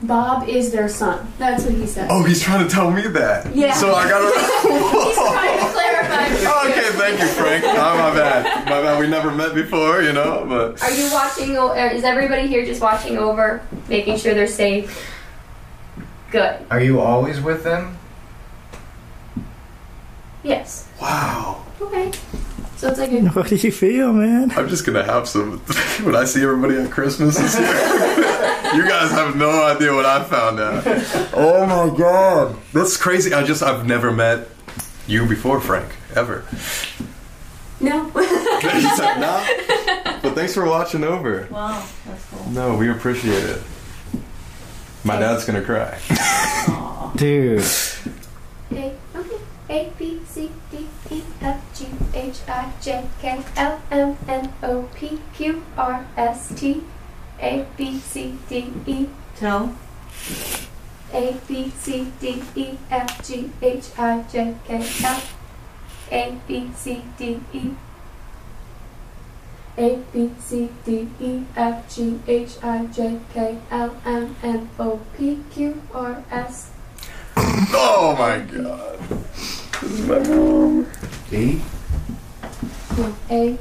Bob is their son. That's what he said. Oh, he's trying to tell me that. Yeah. So I He's trying to clarify. got. okay, thank you, Frank. Oh, my bad. My bad. We never met before, you know. But Are you watching? o- uh, Is everybody here just watching over, making sure they're safe? Good. Are you always with them? Yes. Wow. Okay. So it's like a. What do you feel, man? I'm just gonna have some when I see everybody at Christmas. This year. you guys have no idea what I found out. Oh my god, that's crazy. I just I've never met you before, Frank, ever. No. You said no. But thanks for watching over. Wow, that's cool. No, we appreciate it. My dad's gonna cry. Dude. A, okay. A, B, C, D, E, F, G, H, I, J, K, L, M, N, O, P, Q, R, S, T, A, B, C, D, E, Tell? A B C D E F G H I J K L A B C D E A B C D E F G H I J K L M N O P Q R S Oh my god. This is my mom. B? A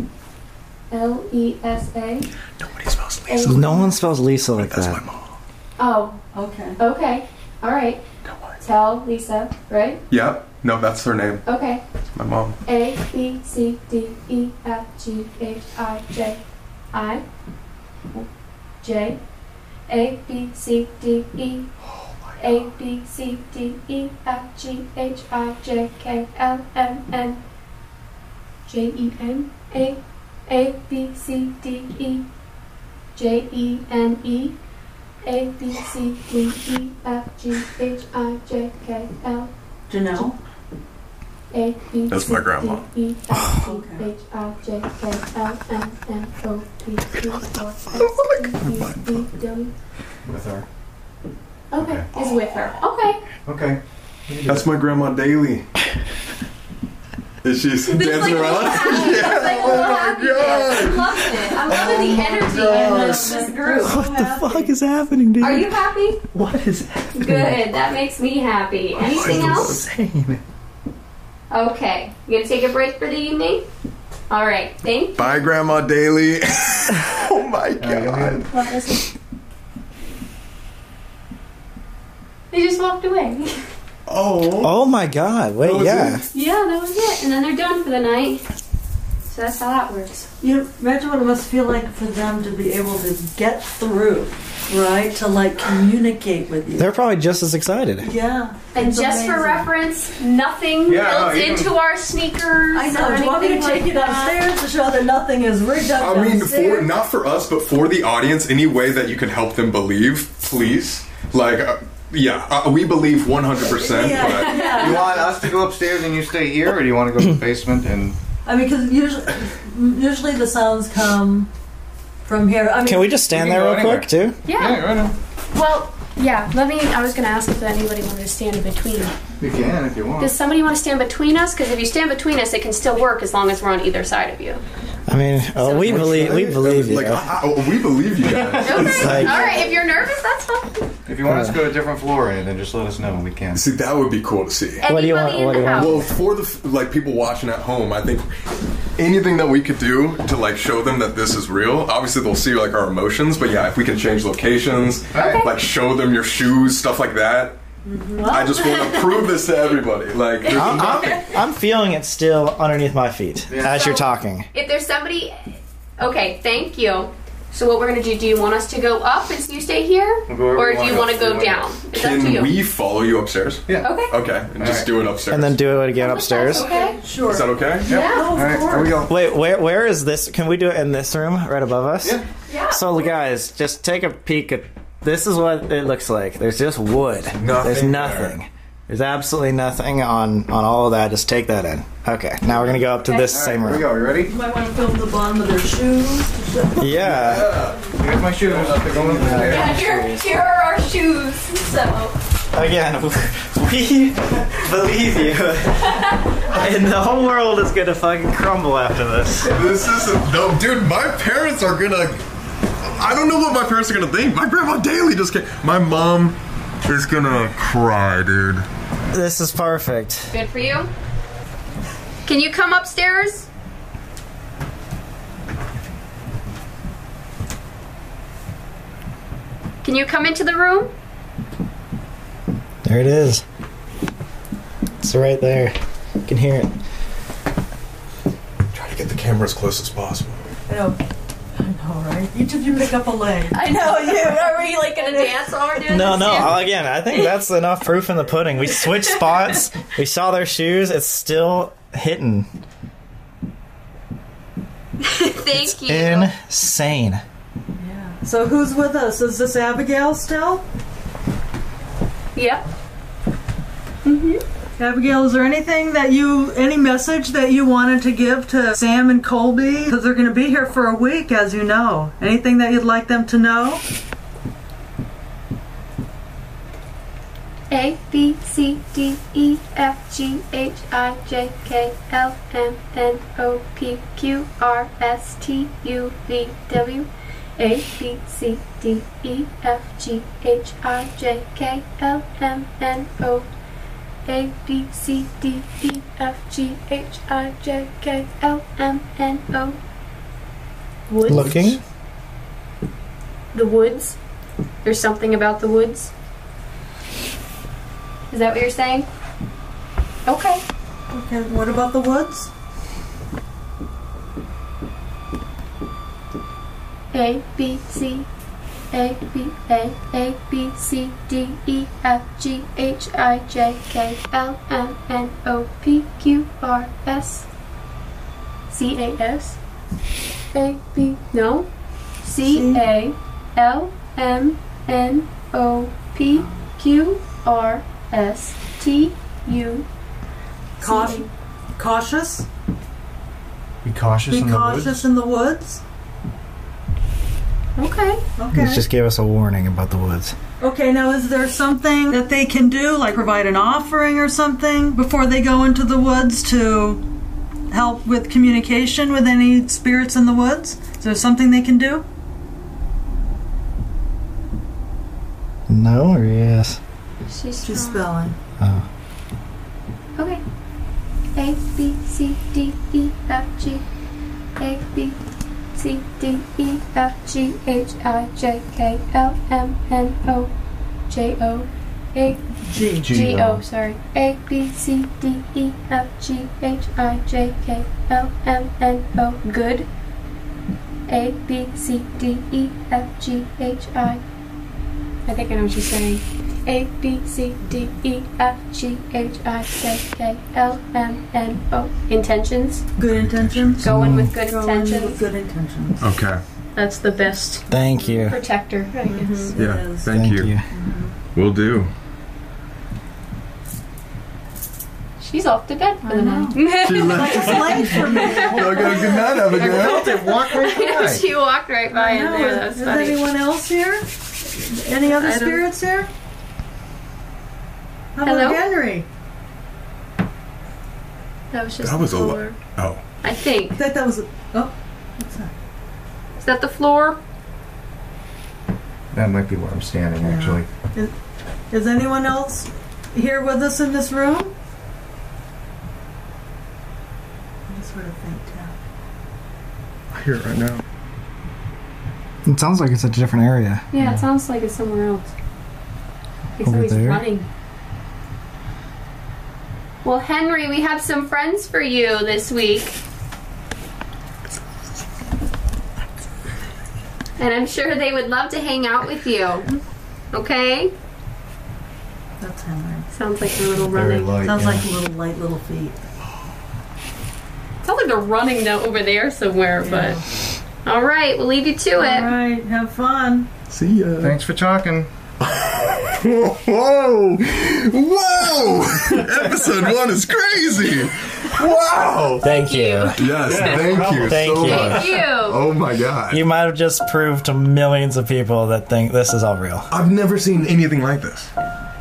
L E S A. Nobody spells No one spells Lisa like that. Oh. Okay. Okay. All right. Tell Lisa, right? Yeah. No, that's her name. Okay. It's my mom. A B C D E F G H I J I J E A B C D E A B C D E F G H I J K L M N J E N A A B C D E J E N E A B C D E F G H I J K L Janelle? A B That's C, my grandma. D, E, F, G, H, I, J, K, L, M, N, O, P, Q, R, S, T, U, V, W. With her. Okay, is with her. Okay. Okay. That's my grandma daily. Is she dancing around? It's like, oh, happy. I'm loving it. I'm loving the energy in this, this group. What the fuck is happening, dude? Are you happy? What is Good. That makes me happy. Anything else? Insane. Okay. You gonna take a break for the evening? All right. Thank. Bye, Grandma Daily. oh my god. What was it? They just walked away. Oh. Oh my god. Wait, yeah. Yeah, that was it. And then they're done for the night. So that's how that works. You imagine what it must feel like for them to be able to get through, right? To like communicate with you. They're probably just as excited. Yeah. And It's just for amazing. reference, nothing Yeah, no, built you into don't- our sneakers. I know. or Do you want me to anything take like it upstairs to show that nothing is rigged up I mean, for downstairs? not for us, but for the audience, any way that you can help them believe, please. Like, uh, yeah, uh, we believe 100%. Yeah, yeah. You want us to go upstairs and you stay here, or do you want to go to the basement and I mean, because usually, usually the sounds come from here. I mean, Can we just stand there real quick, too? Yeah. right now. Well, yeah. Let me. I was going to ask if anybody wanted to stand in between. You can if you want. Does somebody want to stand between us? Because if you stand between us, it can still work as long as we're on either side of you. I mean, oh, we believe we believe you. we believe you Okay. like- All right. If you're nervous, that's fine. If you want us to go to a different floor, and then just let us know and we can. See, that would be cool to see. What do you want- Anybody in what do you the want? house? Well, for the f- like people watching at home, I think anything that we could do to like show them that this is real. Obviously, they'll see like our emotions, but yeah, if we can change locations, like show them your shoes, stuff like that. I just want to prove this to everybody. Like, there's I'm, nothing. I'm, I'm feeling it still underneath my feet as you're talking. If there's somebody, okay. Thank you. So what we're gonna do? Do you want us to go up and you stay here, We'll go wherever or we do you wanna want to go. go down? It's up to Can you. we follow you upstairs? Yeah. Okay. Okay, and just do it upstairs. And then do it again upstairs. Oh Okay. Sure. Is that okay? Yeah. Wait, where where is this? Can we do it in this room right above us? Yeah. yeah. So guys, just take a peek at this is what it looks like. There's just wood. There's Nothing nothing. There's absolutely nothing on on all of that. Just take that in. Okay. Now we're going to go up to this same room. You ready? You might want to film the bottom of their shoes. Yeah. Here's my shoes. They're going upstairs. Yeah, here, here are our shoes. So, Again, we believe you. and the whole world is going to fucking crumble after this. This is no, dude. My parents are gonna. I don't know what my parents are gonna think. My grandma daily just came. My mom is gonna cry, dude. This is perfect. good for you. Can you come upstairs? Can you come into the room? There it is. It's right there. You can hear it. Try to get the camera as close as possible. I know. I know, right? Each of you pick up a leg. I know you. Are we like gonna dance while we're doing No, this? no. Yeah. uh, Again, I think that's enough proof in the pudding. We switched spots. We saw their shoes. It's still hitting. Thank you. Insane. So who's with us? Is this Abigail still? Yep. Abigail, is there anything that you, any message that you wanted to give to Sam and Colby? Because they're going to be here for a week, as you know. Anything that you'd like them to know? A B C D E F G H I J K L M N O P Q R S T U V W A B C D E F G H I J K L M N O A B C D E F G H I J K L M N O Woods Looking. The woods? There's something about the woods? Is that what you're saying? Okay. Okay, what about the woods? A B C A B A A B C D E F G H I J K L M N O P Q R S C A S A B no C A L M N O P Q R S T U C- Coffee. cautious. Be cautious Be in the cautious in the woods. Okay. Okay. It just gave us a warning about the woods. Okay, now is there something that they can do, like provide an offering or something, before they go into the woods to help with communication with any spirits in the woods? Is there something they can do? No or yes? She's She's spelling. Oh. Okay. A B C D E F G A B C D E F G H I J K L M N O J O A G. G G-O. O sorry A B C D E F G H I J K L M N O good A B C D E F G H I I think I know what she's saying. A B C D E F G H I J K L M N O. Intentions. Good intentions. Going with good Go in intentions. with good intentions. Okay. That's the best Thank you. protector, I guess. Yeah. Thank, you. We'll do. She's off to bed for the night. She left. It's late for me. Y'all got a good night out of it, girl. walked right by. she walked right by in there. That was Is funny. anyone else here? Any other I don't- spirits here? How about Hello? Henry? That was just That was the a lo- floor. Oh. I think. That that was. A, oh, what's that? Is that the floor? That might be where I'm standing, actually. Is, is anyone else here with us in this room? I just heard a faint tap. I hear it right now. It sounds like it's a different area. Yeah, it sounds like it's somewhere else. Like Over somebody's there? running. Well, Henry, we have some friends for you this week. And I'm sure they would love to hang out with you. Okay? That's Henry. Sounds like a little running. Sounds like little light little feet. Sounds like they're running down over there somewhere, but. All right, we'll leave you to it. All right, have fun. See ya. Thanks for talking. Whoa! Whoa! Episode one is crazy! Wow! Thank you. Yes, thank you Thank so you. much. Oh my god. You might have just proved to millions of people that think this is all real. I've never seen anything like this.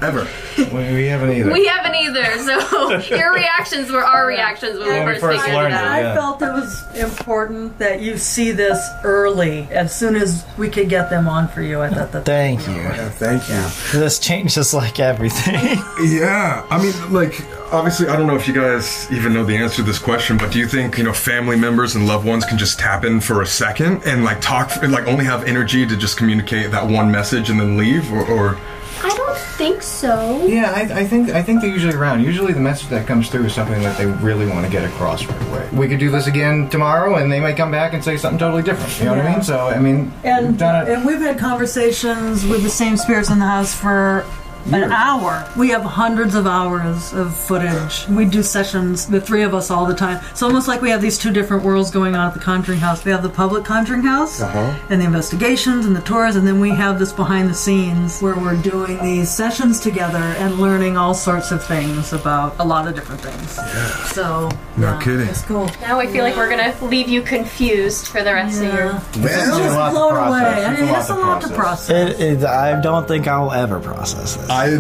Ever. we, haven't We haven't either, so your reactions were our reactions when we first figured it out. I felt it was important that you see this early, as soon as we could get them on for you. I thought that. Thank you. thank you. This changes like everything. Yeah, I mean, like, obviously, I don't know if you guys even know the answer to this question, but do you think, you know, family members and loved ones can just tap in for a second and, like, talk, like, only have energy to just communicate that one message and then leave? Or, or I don't think so. Yeah, I, I think I think they're usually around. Usually, the message that comes through is something that they really want to get across right away. We could do this again tomorrow, and they might come back and say something totally different. You know what I mean? So, I mean, And, done it. and we've had conversations with the same spirits in the house for an hour. We have hundreds of hours of footage. We do sessions, the three of us, all the time. It's almost like we have these two different worlds going on at the Conjuring House. We have the public Conjuring House Uh-huh. and the investigations and the tours, and then we have this behind the scenes where we're doing these sessions together and learning all sorts of things about a lot of different things. So, No kidding. It's cool. Now I feel like we're gonna leave you confused for the rest of your. Well, It's a lot to blown away. process. I mean, It's a it's a lot to process. It, it, I don't think I'll ever process this. I,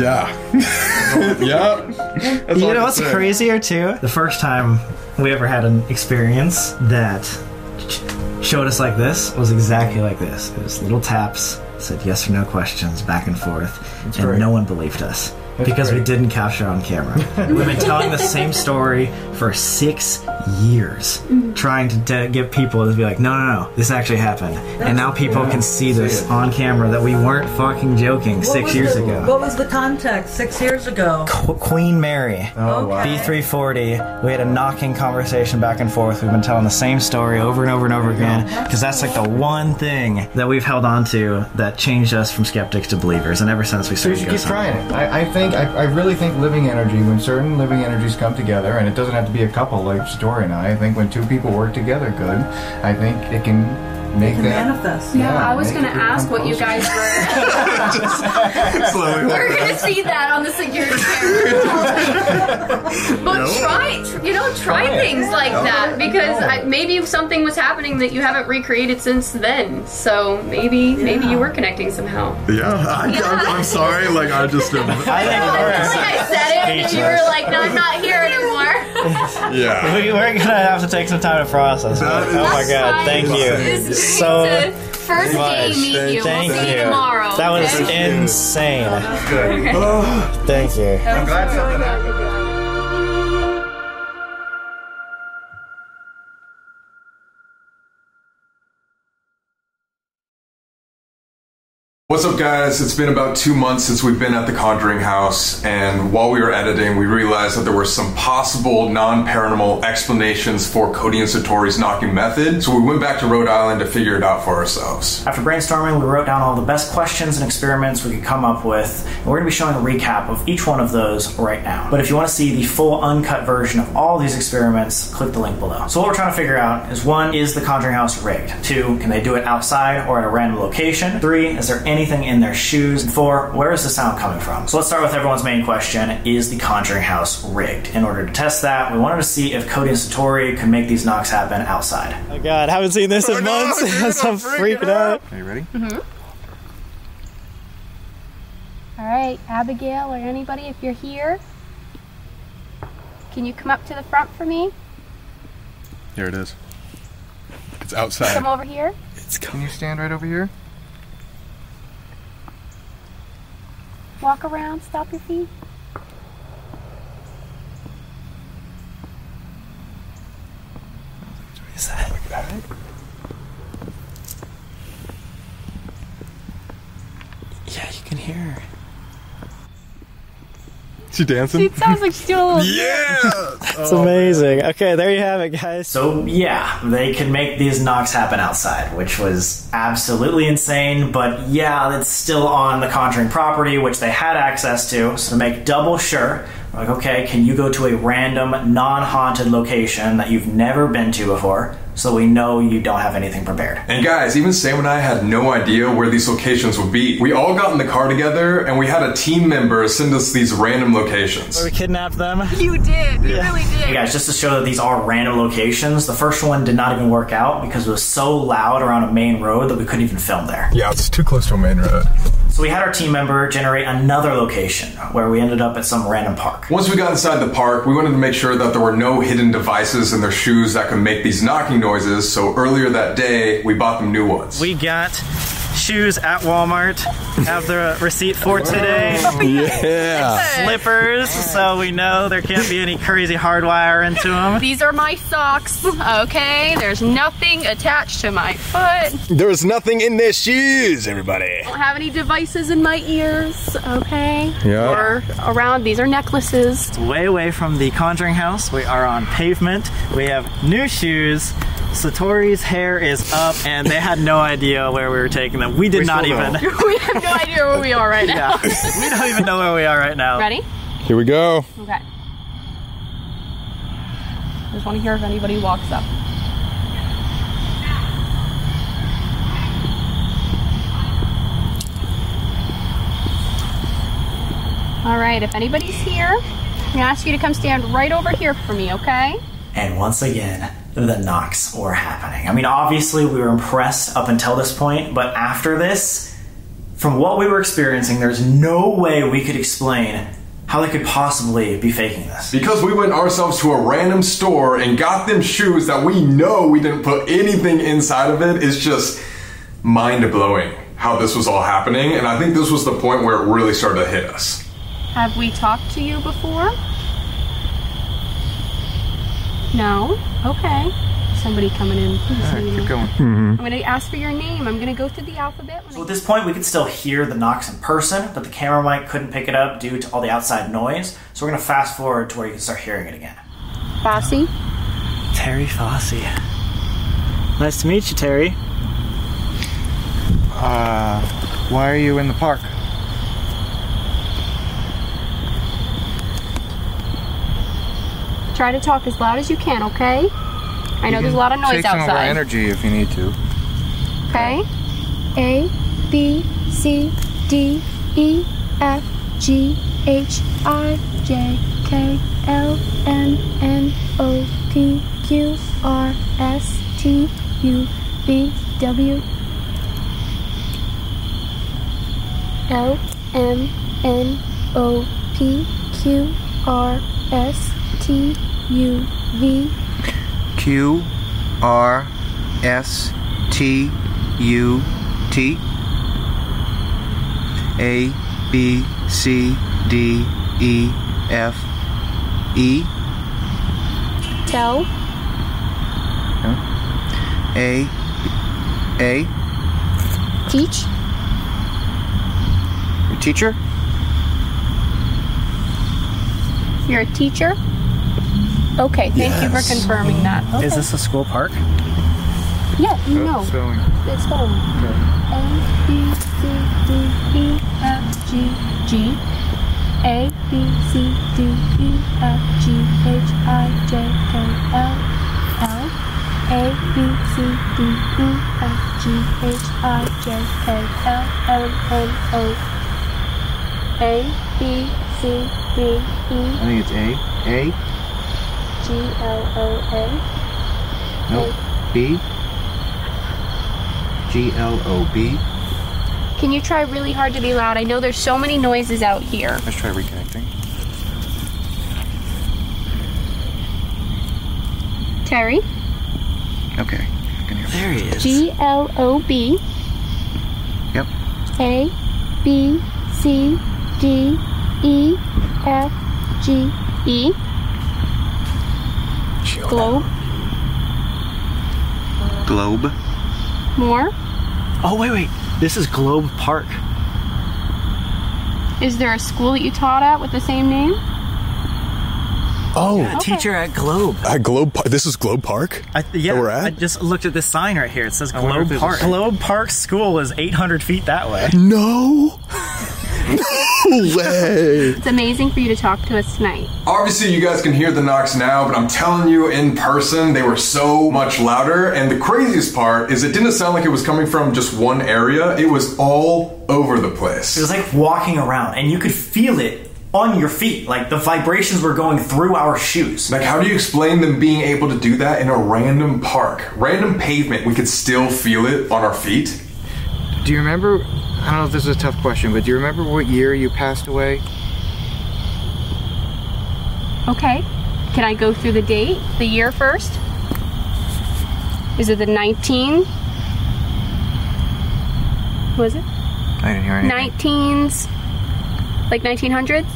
yeah. yeah. That's all you I know can what's say. crazier too? The first time we ever had an experience that sh- showed us like this was exactly like this. It was little taps, said yes or no questions back and forth, and great. no one believed us. That's because we great. didn't capture on camera. We've been telling the same story for six years, Mm. trying to de- get people to be like, no, no, no, this actually happened. And now people can see this on camera that we weren't fucking joking What six was years the- ago. What was the context six years ago? Qu- Queen Mary. Oh, wow. B340. We had a knocking conversation back and forth. We've been telling the same story over and over and over again because that's like the one thing that we've held on to that changed us from skeptics to believers. And ever since we So you started should to keep trying it. I, I think I, I really think living energy when certain living energies come together, and it doesn't have to be a couple like Story and I. I think when two people work together good, I think it can Make can that. manifest. Yeah, I was gonna ask what you guys were. Slowly We're gonna see that on the security camera. but No. try, tr- you know, try, Try it. things like No. that because No. I, maybe something was happening that you haven't recreated since then. So maybe, maybe you were connecting somehow. Yeah, I, I'm, I'm sorry. Like I just am. I said it, and you were like, "No, I'm not here anymore." Yeah. We, we're gonna have to take some time to process. it. oh my god, thank you. So First day, much. meet you. Thank we'll see you, you. tomorrow. That was okay? insane. Okay. Oh, thank you. I'm glad something happened. What's up, guys? It's been about two months since we've been at the Conjuring House, and while we were editing, we realized that there were some possible non paranormal explanations for Cody and Satori's knocking method, so we went back to Rhode Island to figure it out for ourselves. After brainstorming, we wrote down all the best questions and experiments we could come up with, and we're going to be showing a recap of each one of those right now. But if you want to see the full uncut version of all these experiments, click the link below. So, what we're trying to figure out is one, is the Conjuring House rigged? Two, can they do it outside or at a random location? Three, is there anything in their shoes? And four, where is the sound coming from? So, let's start with everyone's main question Is the Conjuring House rigged? In order to test that, we wanted to see if Cody and Satori could make these knocks happen outside. Oh my god, haven't seen this in months. I'm freaking out. Are you ready? Mm-hmm. All right, Abigail or anybody, if you're here, can you come up to the front for me? Here it is. It's Come outside. over here. Can you stand right over here? Walk around. Stop your feet. Is that? Yeah, you can hear. She dancing? It sounds like she's doing a little. It's amazing. Okay, there you have it, guys. So yeah, they could make these knocks happen outside, which was absolutely insane. But yeah, it's still on the Conjuring property, which they had access to. So to make double sure, like okay, can you go to a random non-haunted location that you've never been to before, so we know you don't have anything prepared. And guys, even Sam and I had no idea where these locations would be. We all got in the car together, and we had a team member send us these random locations. We kidnapped them. You did. You really Hey guys, just to show that these are random locations, the first one did not even work out because it was so loud around a main road that we couldn't even film there. Yeah, it's too close to a main road. So we had our team member generate another location where we ended up at some random park. Once we got inside the park, we wanted to make sure that there were no hidden devices in their shoes that could make these knocking noises, so earlier that day, we bought them new ones. We got shoes at Walmart. Have the receipt for today. Yeah. Slippers, so we know there can't be any crazy hardwire into them. These are my socks, okay? There's nothing attached to my foot. There's nothing in their shoes, everybody. don't have any devices in my ears, okay? Yeah. Or around. These are necklaces. Way away from the Conjuring House. We are on pavement. We have new shoes. Satori's hair is up, and they had no idea where we were taking them. We did not even. we have no idea where we are right now. we don't even know where we are right now. Ready? Here we go. Okay. Just want to hear if anybody walks up. All right, if anybody's here, I'm gonna ask you to come stand right over here for me, okay? And once again, the knocks were happening. I mean, obviously, we were impressed up until this point, but after this, from what we were experiencing, there's no way we could explain how they could possibly be faking this. Because we went ourselves to a random store and got them shoes that we know we didn't put anything inside of it, it's just mind blowing how this was all happening, and I think this was the point where it really started to hit us. Have we talked to you before? No? Okay. Somebody coming in. Please All let me right, keep know. I'm going. going to ask for your name. I'm going to go through the alphabet. So at this point, we could still hear the knocks in person, but the camera mic couldn't pick it up due to all the outside noise. So we're going to fast forward to where you can start hearing it again. Fossey? Terry Fossey. Nice to meet you, Terry. Uh, why are you in the park? Try to talk as loud as you can, okay? I know there's a lot of noise Take some of our outside. energy if you need to. Okay. A, B, C, D, E, F, G, H, I, J, K, L, M, N, O, P, Q, R, S, T, U, V, W, L, M, N, O, P, Q, R, S, T, U, V, Q R S T U T A B C D E F E E L, A A teach, Your teacher You're a teacher? Okay, thank you for Yes. confirming that. Okay. Is this a school park? Yeah, no. spelling. It's spelling. A, B, C, D, E, F, G, G. A, B, C, D, E, F, G, H, I, J, K, L, L. A, B, C, D, E, F, G, H, I, J, K, L, M, N, O. A, B, C, D, E, I think it's A A G, L, O, A. Nope. B. G L O B. Can you try really hard to be loud? I know there's so many noises out here. Let's try reconnecting. Terry? Okay. I can hear there he G L O B. Yep. A B C D E F G E. Globe. Globe. More. Oh wait, wait. This is Globe Park. Is there a school that you taught at with the same name? Oh, Okay. teacher at Globe. At Globe Park. This is Globe Park? I, yeah, That Oh, we're at? I just looked at this sign right here. It says I wonder if Globe there's a Park. sign. Globe Park School is 800 feet that way. No. no way. It's amazing for you to talk to us tonight. Obviously, you guys can hear the knocks now, but I'm telling you, in person, they were so much louder. And the craziest part is it didn't sound like it was coming from just one area, it was all over the place. It was like walking around, and you could feel it on your feet. Like the vibrations were going through our shoes. Like, how do you explain them being able to do that in a random park? Random pavement, we could still feel it on our feet. Do you remember? I don't know if this is a tough question, but do you remember what year you passed away? Okay. Can I go through the date, the year first? Is it the 19? Was it? I didn't hear anything. 19s, like 1900s?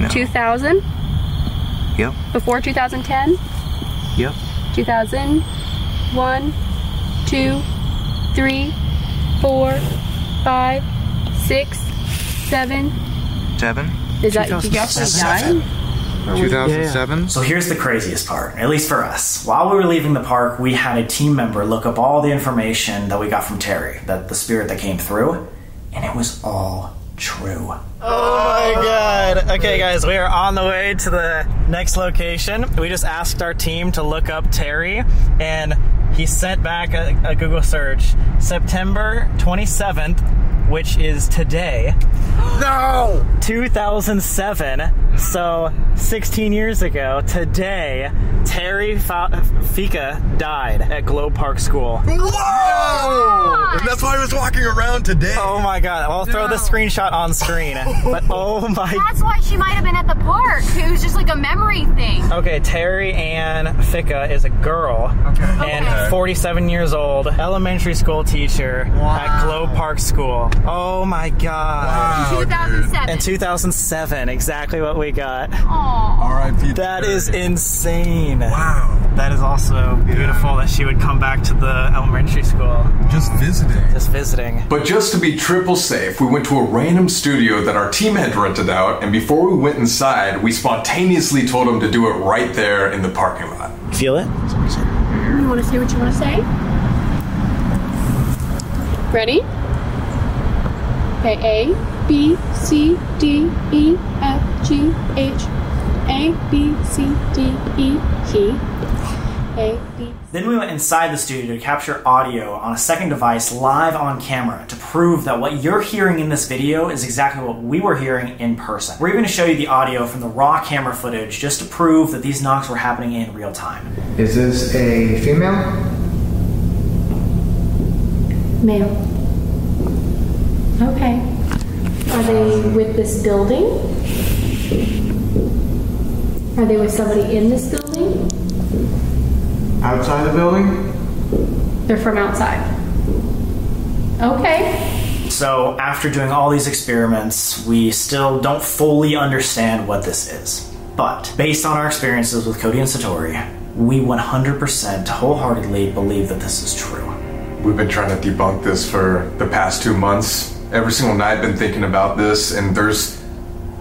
No. 2000? Yep. Before 2010? Yep. 2001, 2, 3, 4, 5, 6, 7. Seven. Is that, did you actually die? 2007. So here's the craziest part, at least for us. While we were leaving the park, we had a team member look up all the information that we got from Terry, that the spirit that came through, and it was all true. Oh my god. Okay, guys, we are on the way to the next location. We just asked our team to look up Terry, and he sent back a, a Google search September 27th, which is today. No! 2007. So, 16 years ago, today, Terry Fa- Fika died at Globe Park School. Whoa! And that's why I was walking around today. Oh my god, I'll throw the screenshot on screen. But oh my That's why she might have been at the park. It was just like a memory thing. Okay, Terry Ann Ficca is a girl and 47 years old, elementary school teacher at Globe Park School. Oh my god. In 2007. In 2007, exactly what we got. RIP. That is insane. Wow. That is also beautiful that she would come back to the elementary school. Just visiting. Just visiting. But just to be triple safe, we went to a random studio that our team had rented out, and before we went inside, we spontaneously told them to do it right there in the parking lot. Feel it? You want to say what you want to say? Ready? Okay, A, B, C, D, E, F, G, H, A, B, C, D, E, he. A, B, Then we went inside the studio to capture audio on a second device live on camera to prove that what you're hearing in this video is exactly what we were hearing in person. We're even going to show you the audio from the raw camera footage just to prove that these knocks were happening in real time. Is this a female? male. Okay. Are they with this building? Are they with somebody in this building? Outside the building? They're from outside. Okay. So, after doing all these experiments, we still don't fully understand what this is. But based on our experiences with Cody and Satori, we 100% wholeheartedly believe that this is true. We've been trying to debunk this for the past two months. Every single night, I've been thinking about this, and there's.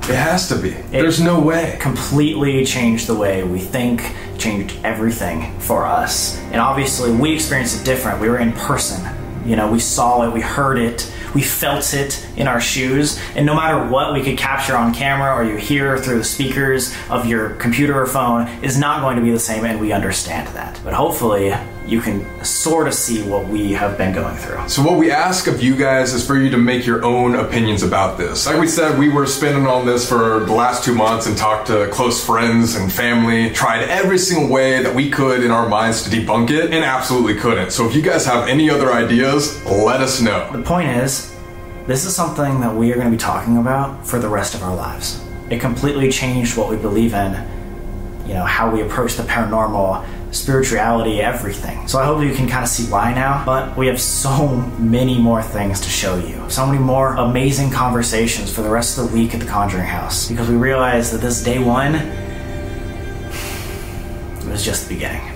It has to be. There's no way. Completely changed the way we think, changed everything for us. And obviously, we experienced it different. We were in person. You know, we saw it, we heard it, we felt it in our shoes. And no matter what we could capture on camera or you hear through the speakers of your computer or phone is not going to be the same, and we understand that. But hopefully, you can sort of see what we have been going through. So, what we ask of you guys is for you to make your own opinions about this. Like we said, we were spinning on this for the last two months and talked to close friends and family, tried every single way that we could in our minds to debunk it, and absolutely couldn't. So, if you guys have any other ideas, let us know. The point is, this is something that we are going to be talking about for the rest of our lives. It completely changed what we believe in, you know, how we approach the paranormal, spirituality, everything. So I hope you can kind of see why now, but we have so many more things to show you. So many more amazing conversations for the rest of the week at the Conjuring House because we realized that this day one it was just the beginning.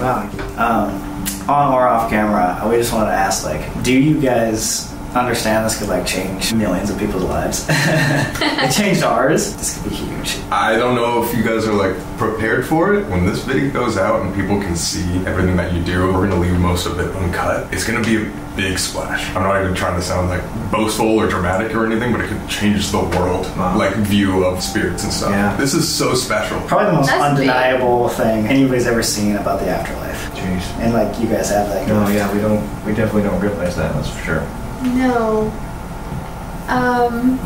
Wow. Um, on or off camera, we just wanted to ask, like, do you guys understand this could like change millions of people's lives? it changed ours. This could be huge. I don't know if you guys are like prepared for it. When this video goes out and people can see everything that you do, we're gonna leave most of it uncut. It's gonna be a big splash. I'm not even trying to sound like boastful or dramatic or anything, but it could change the world, like view of spirits and stuff. This is so special. Probably the most That's big. undeniable thing anybody's ever seen about the afterlife. And like you guys have that. No, Oh, yeah, we don't. We definitely don't realize that. That's for sure. No. Um,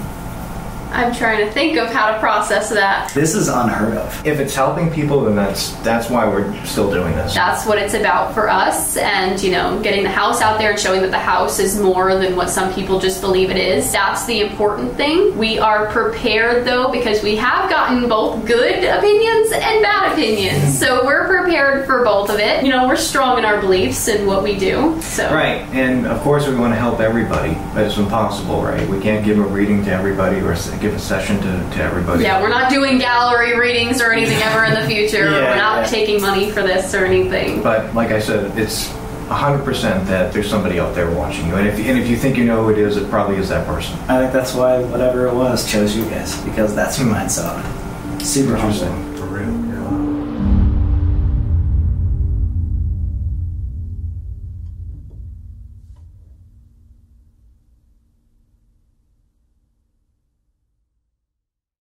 I'm trying to think of how to process that. This is unheard of. If it's helping people, then that's that's why we're still doing this. That's what it's about for us, and you know, getting the house out there and showing that the house is more than what some people just believe it is. That's the important thing. We are prepared though, because we have gotten both good opinions and bad opinions, so we're prepared for both of it. You know, we're strong in our beliefs and what we do. So Right, and of course we want to help everybody, but it's impossible, right? We can't give a reading to everybody or s- give a session to, to everybody. Yeah, we're not doing gallery readings or anything ever in the future. Yeah, we're not yeah. taking money for this or anything. But like I said, it's 100% that there's somebody out there watching you, and if, and if you think you know who it is, it probably is that person. I think that's why whatever it was chose you guys because that's who mine's on. Super interesting. For real.